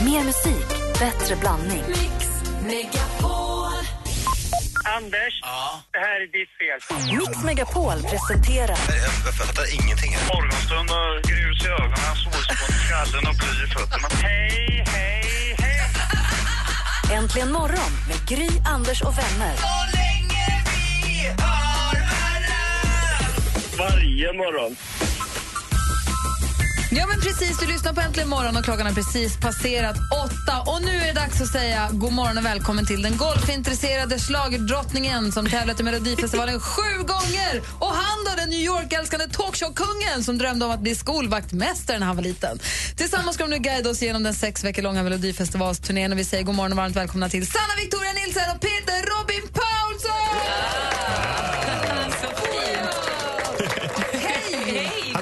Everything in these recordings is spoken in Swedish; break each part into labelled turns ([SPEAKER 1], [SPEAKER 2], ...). [SPEAKER 1] Mer musik, bättre blandning.
[SPEAKER 2] Mix Megapol.
[SPEAKER 3] Anders, det här är ditt fel.
[SPEAKER 1] Mix Megapol presenterar
[SPEAKER 4] Jag fattar ingenting här.
[SPEAKER 3] Morgonstund och grus i ögonen, solspott i skallen och bly i fötterna. Hej, hej, hej!
[SPEAKER 1] Äntligen morgon med Gry, Anders och vänner.
[SPEAKER 3] Varje morgon.
[SPEAKER 5] Ja men precis, du lyssnar på Äntligen morgon och klockan har precis passerat åtta. Och nu är det dags att säga god morgon och välkommen till den golfintresserade schlagerdrottningen som tävlat i Melodifestivalen sju gånger. Och han då, den New York-älskande talkshow-kungen som drömde om att bli skolvaktmästare när han var liten. Tillsammans ska de nu guida oss genom den sex veckor långa Melodifestivalsturnén och vi säger god morgon och varmt välkomna till Sanna Victoria Nilsson och Peter Robin Paulsson! Hej!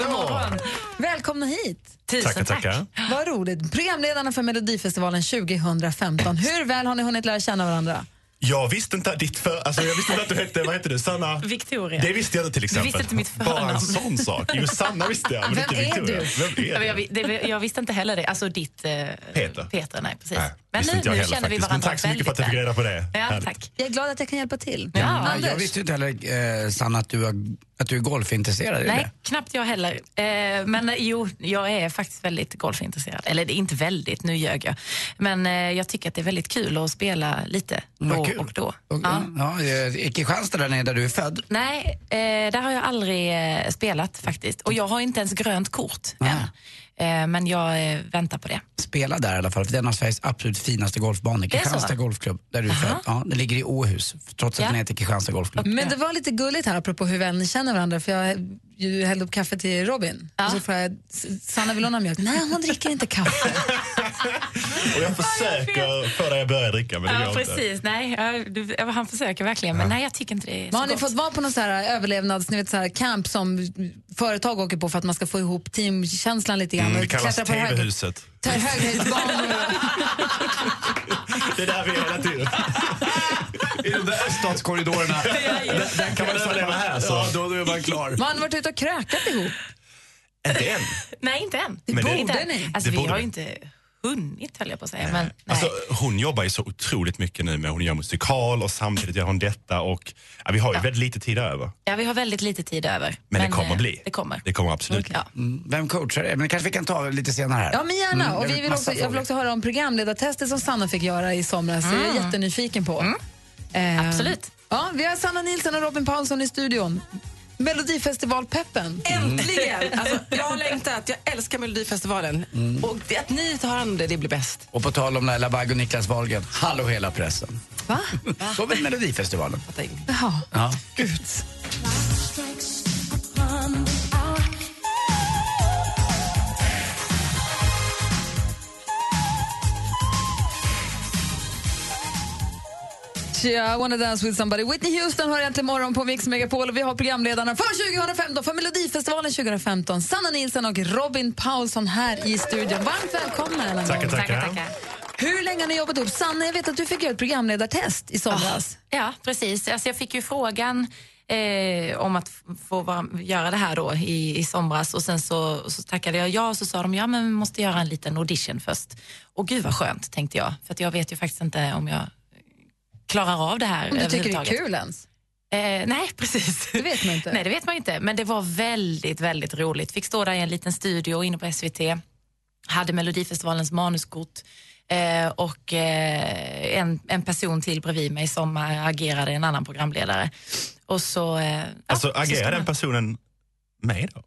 [SPEAKER 5] Välkomna hit!
[SPEAKER 4] Tackar, tackar.
[SPEAKER 5] Vad roligt. Programledarna för Melodifestivalen 2015. Hur väl har ni hunnit lära känna varandra?
[SPEAKER 4] Jag visste inte ditt för... Alltså jag visste inte att du hette... Vad hette du? Sanna?
[SPEAKER 6] Victoria.
[SPEAKER 4] Det visste jag inte till exempel.
[SPEAKER 6] visste inte mitt
[SPEAKER 4] Bara en
[SPEAKER 6] förnamn.
[SPEAKER 4] sån sak. Jo, Sanna visste jag, men
[SPEAKER 5] Vem
[SPEAKER 4] inte
[SPEAKER 5] är
[SPEAKER 4] Victoria.
[SPEAKER 5] du?
[SPEAKER 4] Vem är
[SPEAKER 6] Jag,
[SPEAKER 4] du?
[SPEAKER 6] jag, det, jag visste inte heller det. Alltså ditt... eh,
[SPEAKER 4] Peter.
[SPEAKER 6] Peter, nej precis.
[SPEAKER 4] Nej,
[SPEAKER 6] Men
[SPEAKER 4] visste
[SPEAKER 6] nu,
[SPEAKER 4] inte jag
[SPEAKER 6] nu
[SPEAKER 4] heller
[SPEAKER 6] känner vi
[SPEAKER 4] faktiskt.
[SPEAKER 6] varandra
[SPEAKER 4] Men tack så mycket för att
[SPEAKER 6] väldigt
[SPEAKER 4] jag fick
[SPEAKER 6] väl.
[SPEAKER 4] reda på det.
[SPEAKER 6] Ja,
[SPEAKER 4] Härligt.
[SPEAKER 6] tack.
[SPEAKER 5] Jag är glad att jag kan hjälpa till.
[SPEAKER 6] Ja,
[SPEAKER 7] Jag
[SPEAKER 5] Anders,
[SPEAKER 7] visste ju inte heller, eh, Sanna, att du, har, att du är golfintresserad. är du
[SPEAKER 6] Nej,
[SPEAKER 7] det?
[SPEAKER 6] knappt jag heller. Eh, men eh, jo, jag är faktiskt väldigt golfintresserad. Eller det är inte väldigt, nu ljög jag. Men eh, jag tycker att det är väldigt kul att spela lite
[SPEAKER 7] Vad
[SPEAKER 6] då
[SPEAKER 7] kul.
[SPEAKER 6] och då.
[SPEAKER 7] Och,
[SPEAKER 6] Ja.
[SPEAKER 7] ja. Ja, eh, I Kristianstad där nere där du är född.
[SPEAKER 6] Nej, eh, där har jag aldrig eh, spelat faktiskt. Och jag har inte ens grönt kort än. Eh, men jag eh, väntar på det.
[SPEAKER 7] Spela där i alla fall, för det är en av Sveriges absolut finaste golfbanor.
[SPEAKER 6] är så?
[SPEAKER 7] Kristianstad golfklubb, där du är född. Ja, det ligger i Åhus, trots att
[SPEAKER 6] Ja.
[SPEAKER 7] den heter Kristianstad golfklubb.
[SPEAKER 5] men det var lite gulligt här apropå hur väl ni känner varandra för jag ju hällde upp kaffe till Robin. Och så frågade jag, "S- Sanna vill hon ha mjölk? Nej, hon dricker inte kaffe.
[SPEAKER 4] Och jag försöker före jag börjar dricka, men det
[SPEAKER 6] Ja,
[SPEAKER 4] går inte.
[SPEAKER 6] precis. Nej, ja, du, ja, han försöker verkligen, men nej, jag tycker inte det är så
[SPEAKER 5] Men har ni
[SPEAKER 6] gott.
[SPEAKER 5] fått vara på någon så här överlevnads, ni vet så här camp som företag åker på för att man ska få ihop teamkänslan lite grann?
[SPEAKER 4] Mm,
[SPEAKER 5] och
[SPEAKER 4] det kallas
[SPEAKER 5] klättra på hög-
[SPEAKER 4] TV-huset.
[SPEAKER 5] tar höghöjdsbanor och-
[SPEAKER 4] Det är där vi är hela tiden.
[SPEAKER 7] I de där öststatskorridorerna.
[SPEAKER 4] Kan man överleva här så...
[SPEAKER 7] då, är man klar.
[SPEAKER 5] Man har varit ute och krökat ihop.
[SPEAKER 4] Inte än.
[SPEAKER 6] Nej, inte än.
[SPEAKER 4] Men det-
[SPEAKER 6] inte
[SPEAKER 5] borde
[SPEAKER 6] än.
[SPEAKER 5] ni.
[SPEAKER 4] Det
[SPEAKER 6] Alltså, vi
[SPEAKER 4] borde
[SPEAKER 6] har ju
[SPEAKER 4] vi.
[SPEAKER 6] inte hunnit, höll jag på att säga. Men, nej.
[SPEAKER 4] Alltså, hon jobbar ju så otroligt mycket nu med hon gör musikal och samtidigt gör hon detta och ja, vi har ju väldigt lite tid över.
[SPEAKER 6] ja, vi har väldigt lite tid över.
[SPEAKER 4] Men, det kommer
[SPEAKER 6] eh,
[SPEAKER 4] bli.
[SPEAKER 6] Det kommer.
[SPEAKER 4] Det kommer absolut bli.
[SPEAKER 6] Ja.
[SPEAKER 7] Vem coachar det? Men det kanske vi kan ta lite senare här.
[SPEAKER 5] Ja, men gärna.
[SPEAKER 7] Mm, jag
[SPEAKER 5] och vi
[SPEAKER 7] vet
[SPEAKER 5] vill
[SPEAKER 7] massa
[SPEAKER 5] också, jag vill
[SPEAKER 7] frågor.
[SPEAKER 5] också höra om programledartestet som Sanna fick göra i somras. Det är jag jättenyfiken på. Eh,
[SPEAKER 6] Absolut.
[SPEAKER 5] Ja, vi har Sanna Nilsson och Robin Paulsson i studion. Melodifestivalpeppen.
[SPEAKER 8] Äntligen!
[SPEAKER 5] Mm.
[SPEAKER 8] Alltså, jag har längtat. Jag älskar Melodifestivalen. Och det, att ni tar hand om det, det blir bäst.
[SPEAKER 7] Och på tal om Laila Bagge och Niklas Wahlgren, hallå hela pressen.
[SPEAKER 5] Va?
[SPEAKER 7] Så väl Melodifestivalen.
[SPEAKER 5] Jaha.
[SPEAKER 7] Ja.
[SPEAKER 5] Tja, I wanna dance with somebody. Whitney Houston har äntligen morgon på Mix Megapol och vi har programledarna för 2015, för Melodifestivalen 2015. Sanna Nilsson och Robin Paulsson här i studion. Varmt välkomna. Ellen.
[SPEAKER 4] Tackar,
[SPEAKER 6] Tackar,
[SPEAKER 4] tackar.
[SPEAKER 6] tackar.
[SPEAKER 5] Hur länge har ni jobbat ihop? Sanna, jag vet att du fick göra ett programledartest i somras.
[SPEAKER 6] Ja, precis. Alltså, jag fick ju frågan eh, om att f- få vara, göra det här då i, i somras och sen så, så tackade jag ja och så sa de ja men vi måste göra en liten audition först. Och gud vad skönt tänkte jag för att jag vet ju faktiskt inte om jag klarar av det här
[SPEAKER 5] Om du tycker det är
[SPEAKER 6] överhuvudtaget.
[SPEAKER 5] kul ens.
[SPEAKER 6] Eh, nej, precis.
[SPEAKER 5] Det vet man inte.
[SPEAKER 6] Nej, det vet man inte. Men det var väldigt, väldigt roligt. Fick stå där i en liten studio inne på SVT. Hade Melodifestivalens manuskort. Eh, och eh, en, en person till bredvid mig som eh, agerade en annan programledare. Och så... Eh,
[SPEAKER 4] Alltså,
[SPEAKER 6] ja, så ska
[SPEAKER 4] agerar den
[SPEAKER 6] man-
[SPEAKER 4] personen med då?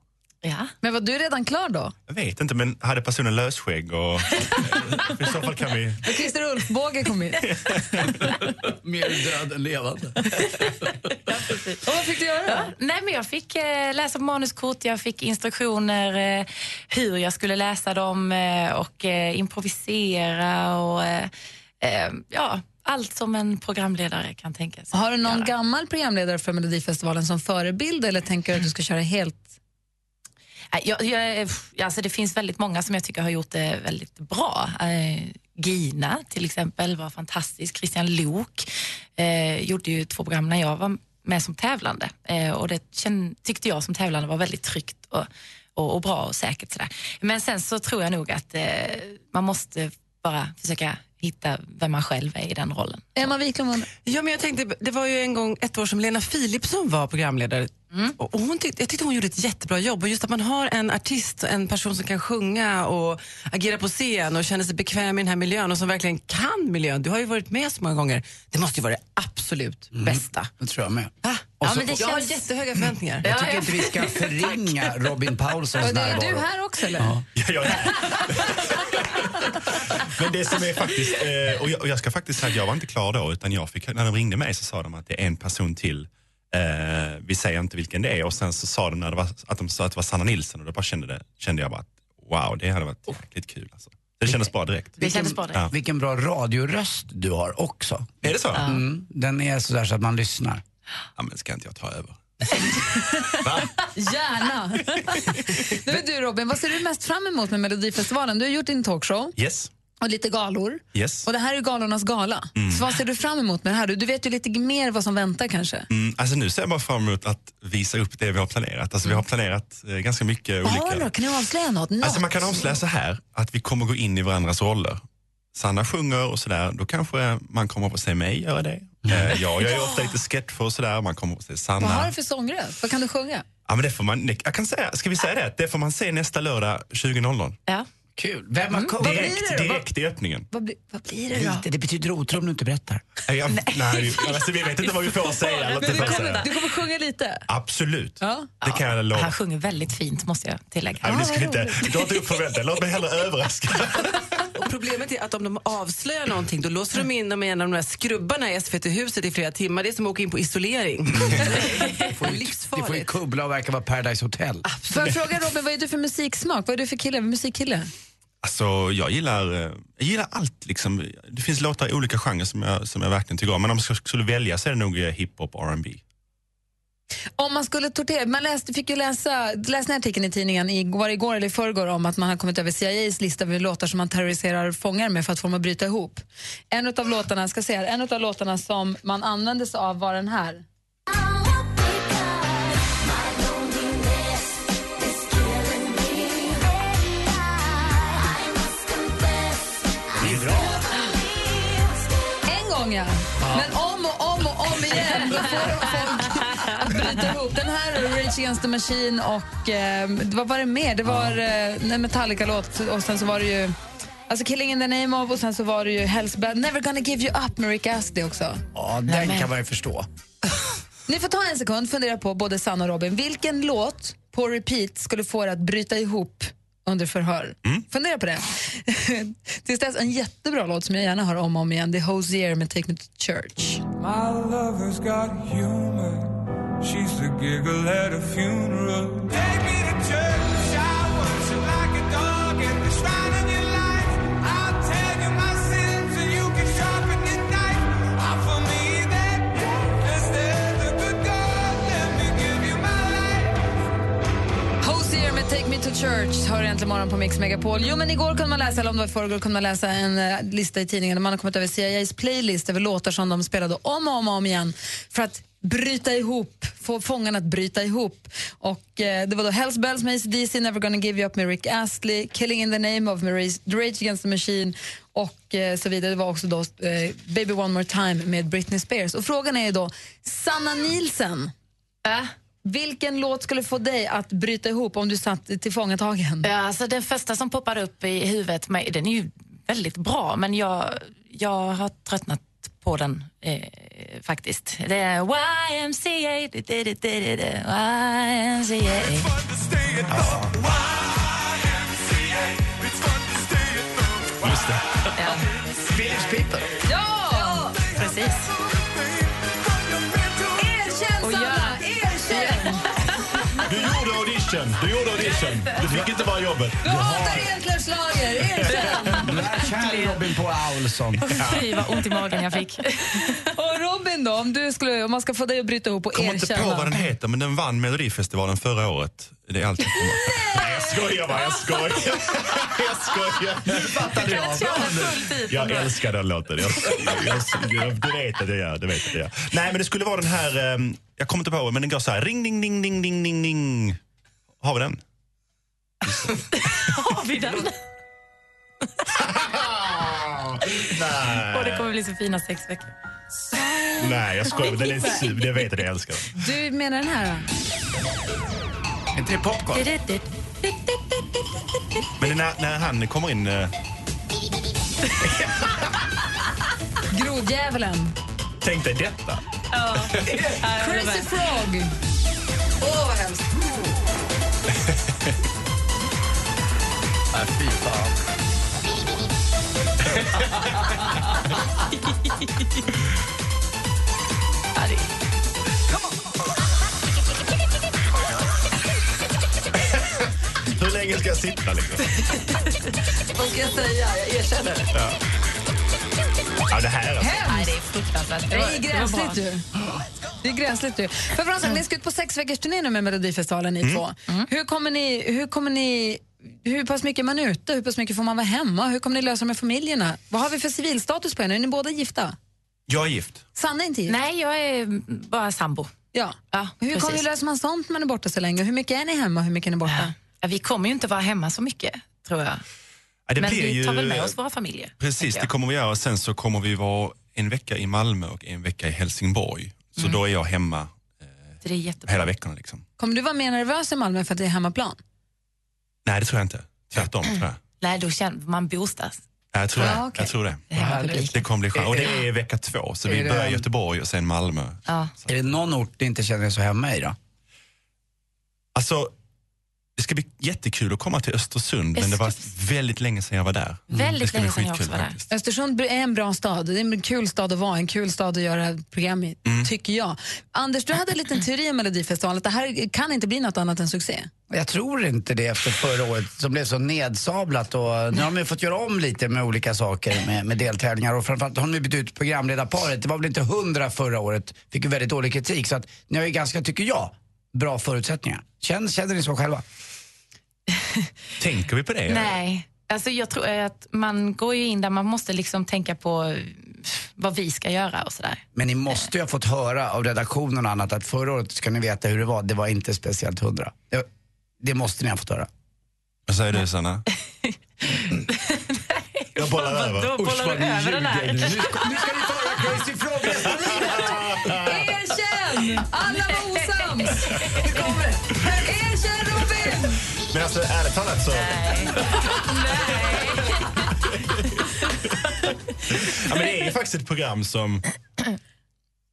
[SPEAKER 6] Ja.
[SPEAKER 5] Men var du redan klar då?
[SPEAKER 4] Jag vet inte, men hade personen lösskägg och... I så fall kan vi...
[SPEAKER 5] Och Christer Ulfbåge kom in.
[SPEAKER 7] Mer död än levande.
[SPEAKER 5] Och vad fick du göra?
[SPEAKER 6] Ja, Nej, men jag fick eh, läsa på manuskort, jag fick instruktioner eh, hur jag skulle läsa dem eh, och eh, improvisera och eh, eh, ja, allt som en programledare kan tänka sig.
[SPEAKER 5] Har du någon
[SPEAKER 6] göra.
[SPEAKER 5] gammal programledare för Melodifestivalen som förebild eller tänker du att du ska köra helt?
[SPEAKER 6] Nej, Äh, Jag, jag, pff, alltså det finns väldigt många som jag tycker har gjort det väldigt bra. Eh, Gina till exempel var fantastisk. Christian Lok eh, gjorde ju två program när jag var med som tävlande. Eh, och det känn, tyckte jag som tävlande var väldigt tryggt och, och, och bra och säkert. Sådär. Men sen så tror jag nog att eh, man måste bara försöka hitta vem man själv är i den rollen.
[SPEAKER 5] Emma Wiklund undrar.
[SPEAKER 8] Ja, men jag tänkte, det var ju en gång ett år som Lena Philipsson var programledare. Och och hon tyckte, jag tyckte hon gjorde ett jättebra jobb. Och just att man har en artist, en person som kan sjunga och agera på scen och känner sig bekväm i den här miljön och som verkligen kan miljön. Du har ju varit med så många gånger. Det måste ju vara det absolut bästa.
[SPEAKER 7] Det tror jag med.
[SPEAKER 8] Va?
[SPEAKER 7] Och
[SPEAKER 6] Ja,
[SPEAKER 7] så,
[SPEAKER 6] men det
[SPEAKER 8] Jag har
[SPEAKER 6] känns-
[SPEAKER 8] jättehöga förväntningar.
[SPEAKER 7] Jag tycker inte vi ska förringa Robin Paulsons
[SPEAKER 5] Och det är du
[SPEAKER 7] närvaro.
[SPEAKER 5] här också eller?
[SPEAKER 4] Ja, ja. Men det som är faktiskt, eh, och jag, och jag ska faktiskt säga att jag var inte klar då utan jag fick, när de ringde mig så sa de att det är en person till, eh, vi säger inte vilken det är och sen så sa de när det var, att de sa att det var Sanna Nilsson och då bara kände, det, kände jag bara att wow, det hade varit jäkligt kul alltså. Det kändes bra direkt.
[SPEAKER 6] Det kändes bra.
[SPEAKER 4] Ja.
[SPEAKER 6] det.
[SPEAKER 7] Vilken bra radioröst du har också.
[SPEAKER 4] Är det så? Ja.
[SPEAKER 7] Mm, den är sådär så att man lyssnar.
[SPEAKER 4] men ska inte jag ta över?
[SPEAKER 5] Gärna! nu är du Robin, vad ser du mest fram emot med Melodifestivalen? Du har gjort din talkshow
[SPEAKER 4] Yes,
[SPEAKER 5] och lite galor.
[SPEAKER 4] yes.
[SPEAKER 5] Och det här är galornas gala.
[SPEAKER 4] Mm.
[SPEAKER 5] Så vad ser du fram emot med det här? Du, du vet ju lite mer vad som väntar kanske.
[SPEAKER 4] Mm, alltså nu ser jag bara fram emot att visa upp det vi har planerat. Alltså vi har planerat eh, ganska mycket
[SPEAKER 5] Vad har
[SPEAKER 4] olika.
[SPEAKER 5] du? Kan du avslöja något? något?
[SPEAKER 4] Alltså man kan avslöja så här att vi kommer gå in i varandras roller. Sanna sjunger och sådär, då kanske man kommer att få se mig göra det. Eh, Ja, jag gör ofta lite sketch för och sådär, man kommer att få se
[SPEAKER 5] Mm. vad har
[SPEAKER 4] Sanna.
[SPEAKER 5] du för sångröst? Vad kan du sjunga?
[SPEAKER 4] Ja, men det får man, jag kan säga, ska vi säga det? Det får man se nästa lördag 20.00.
[SPEAKER 6] Ja.
[SPEAKER 7] Kul. Vem har kommit?
[SPEAKER 4] Direkt, direkt i öppningen.
[SPEAKER 5] Vad, blir- vad blir det då?
[SPEAKER 7] Lite, det betyder otro om du inte berättar.
[SPEAKER 4] Nej, jag, nej, alltså, vi vet inte vad vi får säga. Eller inte
[SPEAKER 5] Du
[SPEAKER 4] får
[SPEAKER 5] kommer,
[SPEAKER 4] säga.
[SPEAKER 5] du kommer sjunga lite?
[SPEAKER 4] Absolut,
[SPEAKER 5] Ja.
[SPEAKER 4] det kan jag
[SPEAKER 6] Han
[SPEAKER 4] lova.
[SPEAKER 6] sjunger väldigt fint måste jag tillägga.
[SPEAKER 4] Nej, men du ska
[SPEAKER 5] vad
[SPEAKER 4] inte, dra inte upp förväntningar. Låt mig hellre överraska.
[SPEAKER 8] Och problemet är att om de avslöjar någonting då låser de in dem i en av de där skrubbarna i SVT-huset i flera timmar. Det är som att åka in på isolering.
[SPEAKER 7] Det får ju, det får ju kubbla och verkar vara Paradise Hotel.
[SPEAKER 5] Får jag fråga Robin, vad är du för musiksmak? Vad är du för kille? Musikkille?
[SPEAKER 4] Alltså, jag gillar, eh, jag gillar allt. Liksom. Det finns låtar i olika genrer som jag, som jag verkligen tycker om. Men om jag sk- skulle välja så är det nog eh, hiphop och R&B.
[SPEAKER 5] Om man skulle tortera, man läste, fick ju läsa, läste den artikeln i tidningen i, var det igår eller i förrgår om att man har kommit över CIAs lista över låtar som man terroriserar fångar med för att få dem att bryta ihop. En av låtarna, jag ska se här, en av låtarna som man använde sig av var den här. En gång ja, men om och om och om igen då får de folk att bryta ihop. Den här och Rage Against the Machine och eh, vad var det mer? Det var eh, en Metallica-låt och sen så var det ju Alltså Killing in the name of och sen så var det ju Hells Bad. Never gonna give you up med Rick Astley också.
[SPEAKER 7] Ja, den kan man ju förstå.
[SPEAKER 5] Ni får ta en sekund fundera på både Sanna och Robin. Vilken låt på repeat skulle få er att bryta ihop under förhör? Fundera på det. Tills dess en jättebra låt som jag gärna hör om och om igen. Det är Hozier med Take Me To Church.
[SPEAKER 9] My lover's got humor. She's the giggle at a funeral. Take me to church. I worship like a dog at the shrine of your life. I'll tell you my sins and you can sharpen your knife. Offer me that death instead of good God. Let me give you my life.
[SPEAKER 5] Hozier med Take Me To Church hör äntligen morgon på Mix Megapol. Jo, men igår kunde man läsa, eller om det var i förrgår, kunde man läsa en eh, lista i tidningen där man har kommit över CIAs playlist över låtar som de spelade om och om, och om igen för att bryta ihop, få fångarna att bryta ihop. Och eh, det var då Hells Bells med AC/DC, Never gonna give you up med Rick Astley, Killing in the name of med Rage Rage Against the Machine och eh, så vidare. Det var också då eh, Baby One More Time med Britney Spears. Och frågan är ju då, Sanna Nielsen
[SPEAKER 6] Ja.
[SPEAKER 5] vilken låt skulle få dig att bryta ihop om du satt i tillfångatagen?
[SPEAKER 6] Ja, alltså den första som poppar upp i huvudet, mig, den är ju väldigt bra, men jag, jag har tröttnat på den eh, faktiskt. Det är YMCA, du, du, du, du, du, du, YMCA.
[SPEAKER 9] Fun to stay at the YMCA. It's fun to stay at the
[SPEAKER 4] Just det.
[SPEAKER 5] Ja!
[SPEAKER 6] Precis.
[SPEAKER 9] thing. From your mental
[SPEAKER 5] Erkänn, Sanna! Erkänn!
[SPEAKER 4] Du gjorde audition! Du gjorde audition! Du fick inte bara jobbet.
[SPEAKER 5] Du hatar elklärslager! Erkänn!
[SPEAKER 7] Där kär i Robin på Aulsson.
[SPEAKER 6] Fy vad ont i magen jag fick.
[SPEAKER 5] Och Robin då, om, du skulle, om man ska få dig att bryta ihop och
[SPEAKER 4] Kommer inte på vad
[SPEAKER 5] erkänna.
[SPEAKER 4] den heter, men den vann Melodifestivalen förra året. Det är allt jag kommer ihåg. Nej, jag skojar bara, jag skojar. Jag skojar. Jag älskar den låten. Jag, jag, jag, du vet att jag gör. Du vet att jag gör. Nej, men det skulle vara den här... ehm, jag kommer inte på men den går så här. Ring, ding, ding, ding, ding, ding, ding. Har vi den?
[SPEAKER 6] Har vi den?
[SPEAKER 4] Nej.
[SPEAKER 6] Och det kommer bli så fina sex veckor.
[SPEAKER 4] Nej, jag skojar. Den är sur. Det vet jag att jag älskar.
[SPEAKER 5] Du menar den här då?
[SPEAKER 7] Inte det popcorn?
[SPEAKER 4] Men det är när, när han kommer in... eh,
[SPEAKER 5] Grodjävulen.
[SPEAKER 4] Tänk dig detta.
[SPEAKER 5] Crazy Frog.
[SPEAKER 7] Nej, fy fan.
[SPEAKER 4] Hur länge ska jag sitta? Liksom?
[SPEAKER 5] Vad ska jag säga? Jag erkänner.
[SPEAKER 4] Ja, det här alltså.
[SPEAKER 6] Nej, det är fruktansvärt.
[SPEAKER 5] Det
[SPEAKER 6] var-
[SPEAKER 5] är
[SPEAKER 6] var bra.
[SPEAKER 5] gräsligt ju. Det är gräsligt ju. För Fransson, ni ska ut på sex veckors turné nu med Melodifestivalen ni
[SPEAKER 4] Mm.
[SPEAKER 5] två. Hur kommer ni, hur kommer ni, hur pass mycket är man ute, hur pass mycket får man vara hemma, hur kommer ni lösa det med familjerna? Vad har vi för civilstatus på er nu? Är ni båda gifta?
[SPEAKER 4] Jag är gift.
[SPEAKER 5] Sanna är inte gift?
[SPEAKER 6] Nej, jag är bara sambo.
[SPEAKER 5] Ja.
[SPEAKER 6] Ja,
[SPEAKER 5] hur kommer
[SPEAKER 6] precis.
[SPEAKER 5] ni lösa man sånt när man är borta så länge? Hur mycket är ni hemma och hur mycket är ni borta?
[SPEAKER 6] Ja, Vi kommer ju inte vara hemma så mycket, tror jag.
[SPEAKER 4] Ja, det
[SPEAKER 6] Men
[SPEAKER 4] blir
[SPEAKER 6] vi
[SPEAKER 4] ju...
[SPEAKER 6] tar väl med oss våra familjer.
[SPEAKER 4] Precis,
[SPEAKER 6] tänker
[SPEAKER 4] det
[SPEAKER 6] jag.
[SPEAKER 4] kommer vi göra. Sen så kommer vi vara en vecka i Malmö och en vecka i Helsingborg. Så då är jag hemma
[SPEAKER 6] Så det är jättebra.
[SPEAKER 4] hela veckan. Liksom.
[SPEAKER 5] Kommer du vara mer nervös i Malmö för att det är hemmaplan?
[SPEAKER 4] Nej, det tror jag inte. Tvärtom, tror jag.
[SPEAKER 6] Nej, då känner man boostas.
[SPEAKER 4] Ja, Jag tror,
[SPEAKER 5] Ja,
[SPEAKER 4] det.
[SPEAKER 5] okej.
[SPEAKER 4] jag tror det.
[SPEAKER 6] Hemmapublik.
[SPEAKER 4] Det kommer bli skönt. Och det är vecka två, så
[SPEAKER 7] Är
[SPEAKER 4] vi
[SPEAKER 7] det-
[SPEAKER 4] börjar i Göteborg och sen Malmö.
[SPEAKER 6] Ja.
[SPEAKER 7] Är det någon ort ni inte känner er så hemma i då?
[SPEAKER 4] Alltså, det ska bli jättekul att komma till Östersund, men det var väldigt länge sedan jag var där. Mm. Det
[SPEAKER 6] Väldigt
[SPEAKER 4] ska bli
[SPEAKER 6] länge sedan jag
[SPEAKER 4] skitkul
[SPEAKER 6] också var där.
[SPEAKER 4] faktiskt.
[SPEAKER 5] Östersund är en bra stad. Det är en kul stad att vara en kul stad att göra program i,
[SPEAKER 4] Mm.
[SPEAKER 5] tycker jag. Anders, du hade en liten teori om Melodifestivalen. att Det här kan inte bli något annat än succé.
[SPEAKER 7] Jag tror inte det efter förra året som blev så nedsablat. Och nu har de ju fått göra om lite med olika saker med, med deltävlingar och framförallt har de ju bytt ut programledarparet. Det var väl inte hundra förra året, fick ju väldigt dålig kritik. Så att ni har ju ganska, tycker jag, bra förutsättningar. Känner, känner ni så själva?
[SPEAKER 4] Tänker vi på det?
[SPEAKER 6] Nej, alltså jag tror att man går ju in där man måste liksom tänka på eh, vad vi ska göra och sådär.
[SPEAKER 7] Men ni måste ju ha fått höra av redaktionen och annat att förra året, ska ni veta hur det var, det var inte speciellt hundra. Det, det måste ni ha fått höra.
[SPEAKER 4] Vad säger du, Sanna? jag bollar över.
[SPEAKER 6] Då bollar du över den här.
[SPEAKER 7] Nu, nu ska ni få höra Crazy Frog resten av
[SPEAKER 5] Erkänn! Alla var osams! Nu kommer det. Erkänn, Robin!
[SPEAKER 4] Men alltså, ärligt talat så... ja, men det är ju faktiskt ett program som...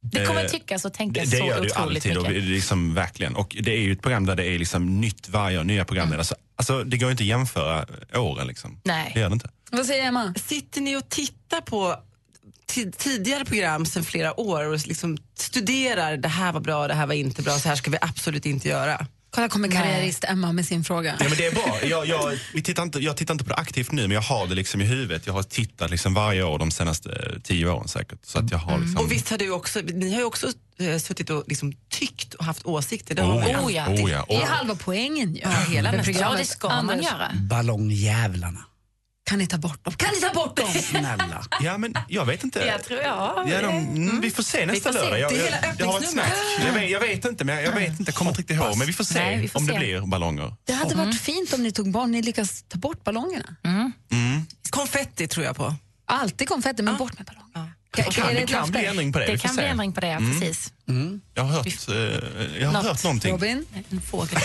[SPEAKER 6] Det kommer
[SPEAKER 4] Eh,
[SPEAKER 6] tyckas och tänkas
[SPEAKER 4] Det, det
[SPEAKER 6] så
[SPEAKER 4] gör det ju
[SPEAKER 6] otroligt
[SPEAKER 4] alltid, och vi-
[SPEAKER 6] mycket.
[SPEAKER 4] liksom, verkligen. Och det är ju ett program där det är liksom nytt varje år, nya programledare. Alltså, alltså, det går ju inte att jämföra åren. Liksom.
[SPEAKER 6] Mm. Nej.
[SPEAKER 4] Det gör det inte.
[SPEAKER 5] Vad säger Emma?
[SPEAKER 8] Sitter ni och tittar på ti- tidigare program sedan flera år och liksom studerar det här var bra, det här var inte bra, så här ska vi absolut inte göra?
[SPEAKER 5] Kolla kommer karriärist-Emma med sin fråga.
[SPEAKER 4] Ja, men det är bra. Jag, jag, vi tittar inte, jag tittar inte på det aktivt nu, men jag har det liksom i huvudet. Jag har tittat liksom varje år de senaste eh, tio åren säkert. Så att jag har liksom...
[SPEAKER 8] Och visst har du också, ni har ju också eh, suttit och liksom tyckt och haft åsikter. Det har
[SPEAKER 4] Oh
[SPEAKER 8] vi
[SPEAKER 4] ja.
[SPEAKER 6] Oh ja.
[SPEAKER 4] Oh ja.
[SPEAKER 5] Det är
[SPEAKER 4] Och-
[SPEAKER 5] halva poängen ju.
[SPEAKER 6] Hela
[SPEAKER 5] Med
[SPEAKER 6] nästa- ja,
[SPEAKER 5] programmet.
[SPEAKER 6] det ska man
[SPEAKER 5] Anders,
[SPEAKER 6] göra.
[SPEAKER 7] Ballongjävlarna.
[SPEAKER 5] Kan ni ta bort dem? Kan ni ta bort dem?
[SPEAKER 7] Snälla.
[SPEAKER 4] Ja, men jag vet inte.
[SPEAKER 6] Jag tror jag.
[SPEAKER 4] Ja, de, mm, vi får se nästa
[SPEAKER 6] får se.
[SPEAKER 4] lördag. Jag,
[SPEAKER 8] Det är
[SPEAKER 4] jag,
[SPEAKER 8] hela
[SPEAKER 4] det har varit snack.
[SPEAKER 8] öppningsnumret.
[SPEAKER 4] Jag vet, jag vet inte, men jag, jag vet inte. Jag kommer inte riktigt ihåg. Men vi får se
[SPEAKER 6] Nej, vi får
[SPEAKER 4] om det
[SPEAKER 6] se.
[SPEAKER 4] blir ballonger.
[SPEAKER 5] Det hade
[SPEAKER 6] Mm.
[SPEAKER 5] varit fint om ni tog barn. Ni lyckas ta bort ballongerna.
[SPEAKER 8] Konfetti tror jag på.
[SPEAKER 5] Alltid konfetti, men bort med ballongerna. Ka-
[SPEAKER 4] Kan,
[SPEAKER 5] är
[SPEAKER 4] det
[SPEAKER 5] ett
[SPEAKER 4] kan
[SPEAKER 5] löfte?
[SPEAKER 4] bli ändring på det.
[SPEAKER 6] Det
[SPEAKER 4] vi får
[SPEAKER 6] kan bli
[SPEAKER 4] se. Mm.
[SPEAKER 6] ändring på det, ja, precis.
[SPEAKER 4] Jag har hört, eh, jag har
[SPEAKER 6] Något.
[SPEAKER 4] hört någonting.
[SPEAKER 5] Robin?
[SPEAKER 6] En fågel.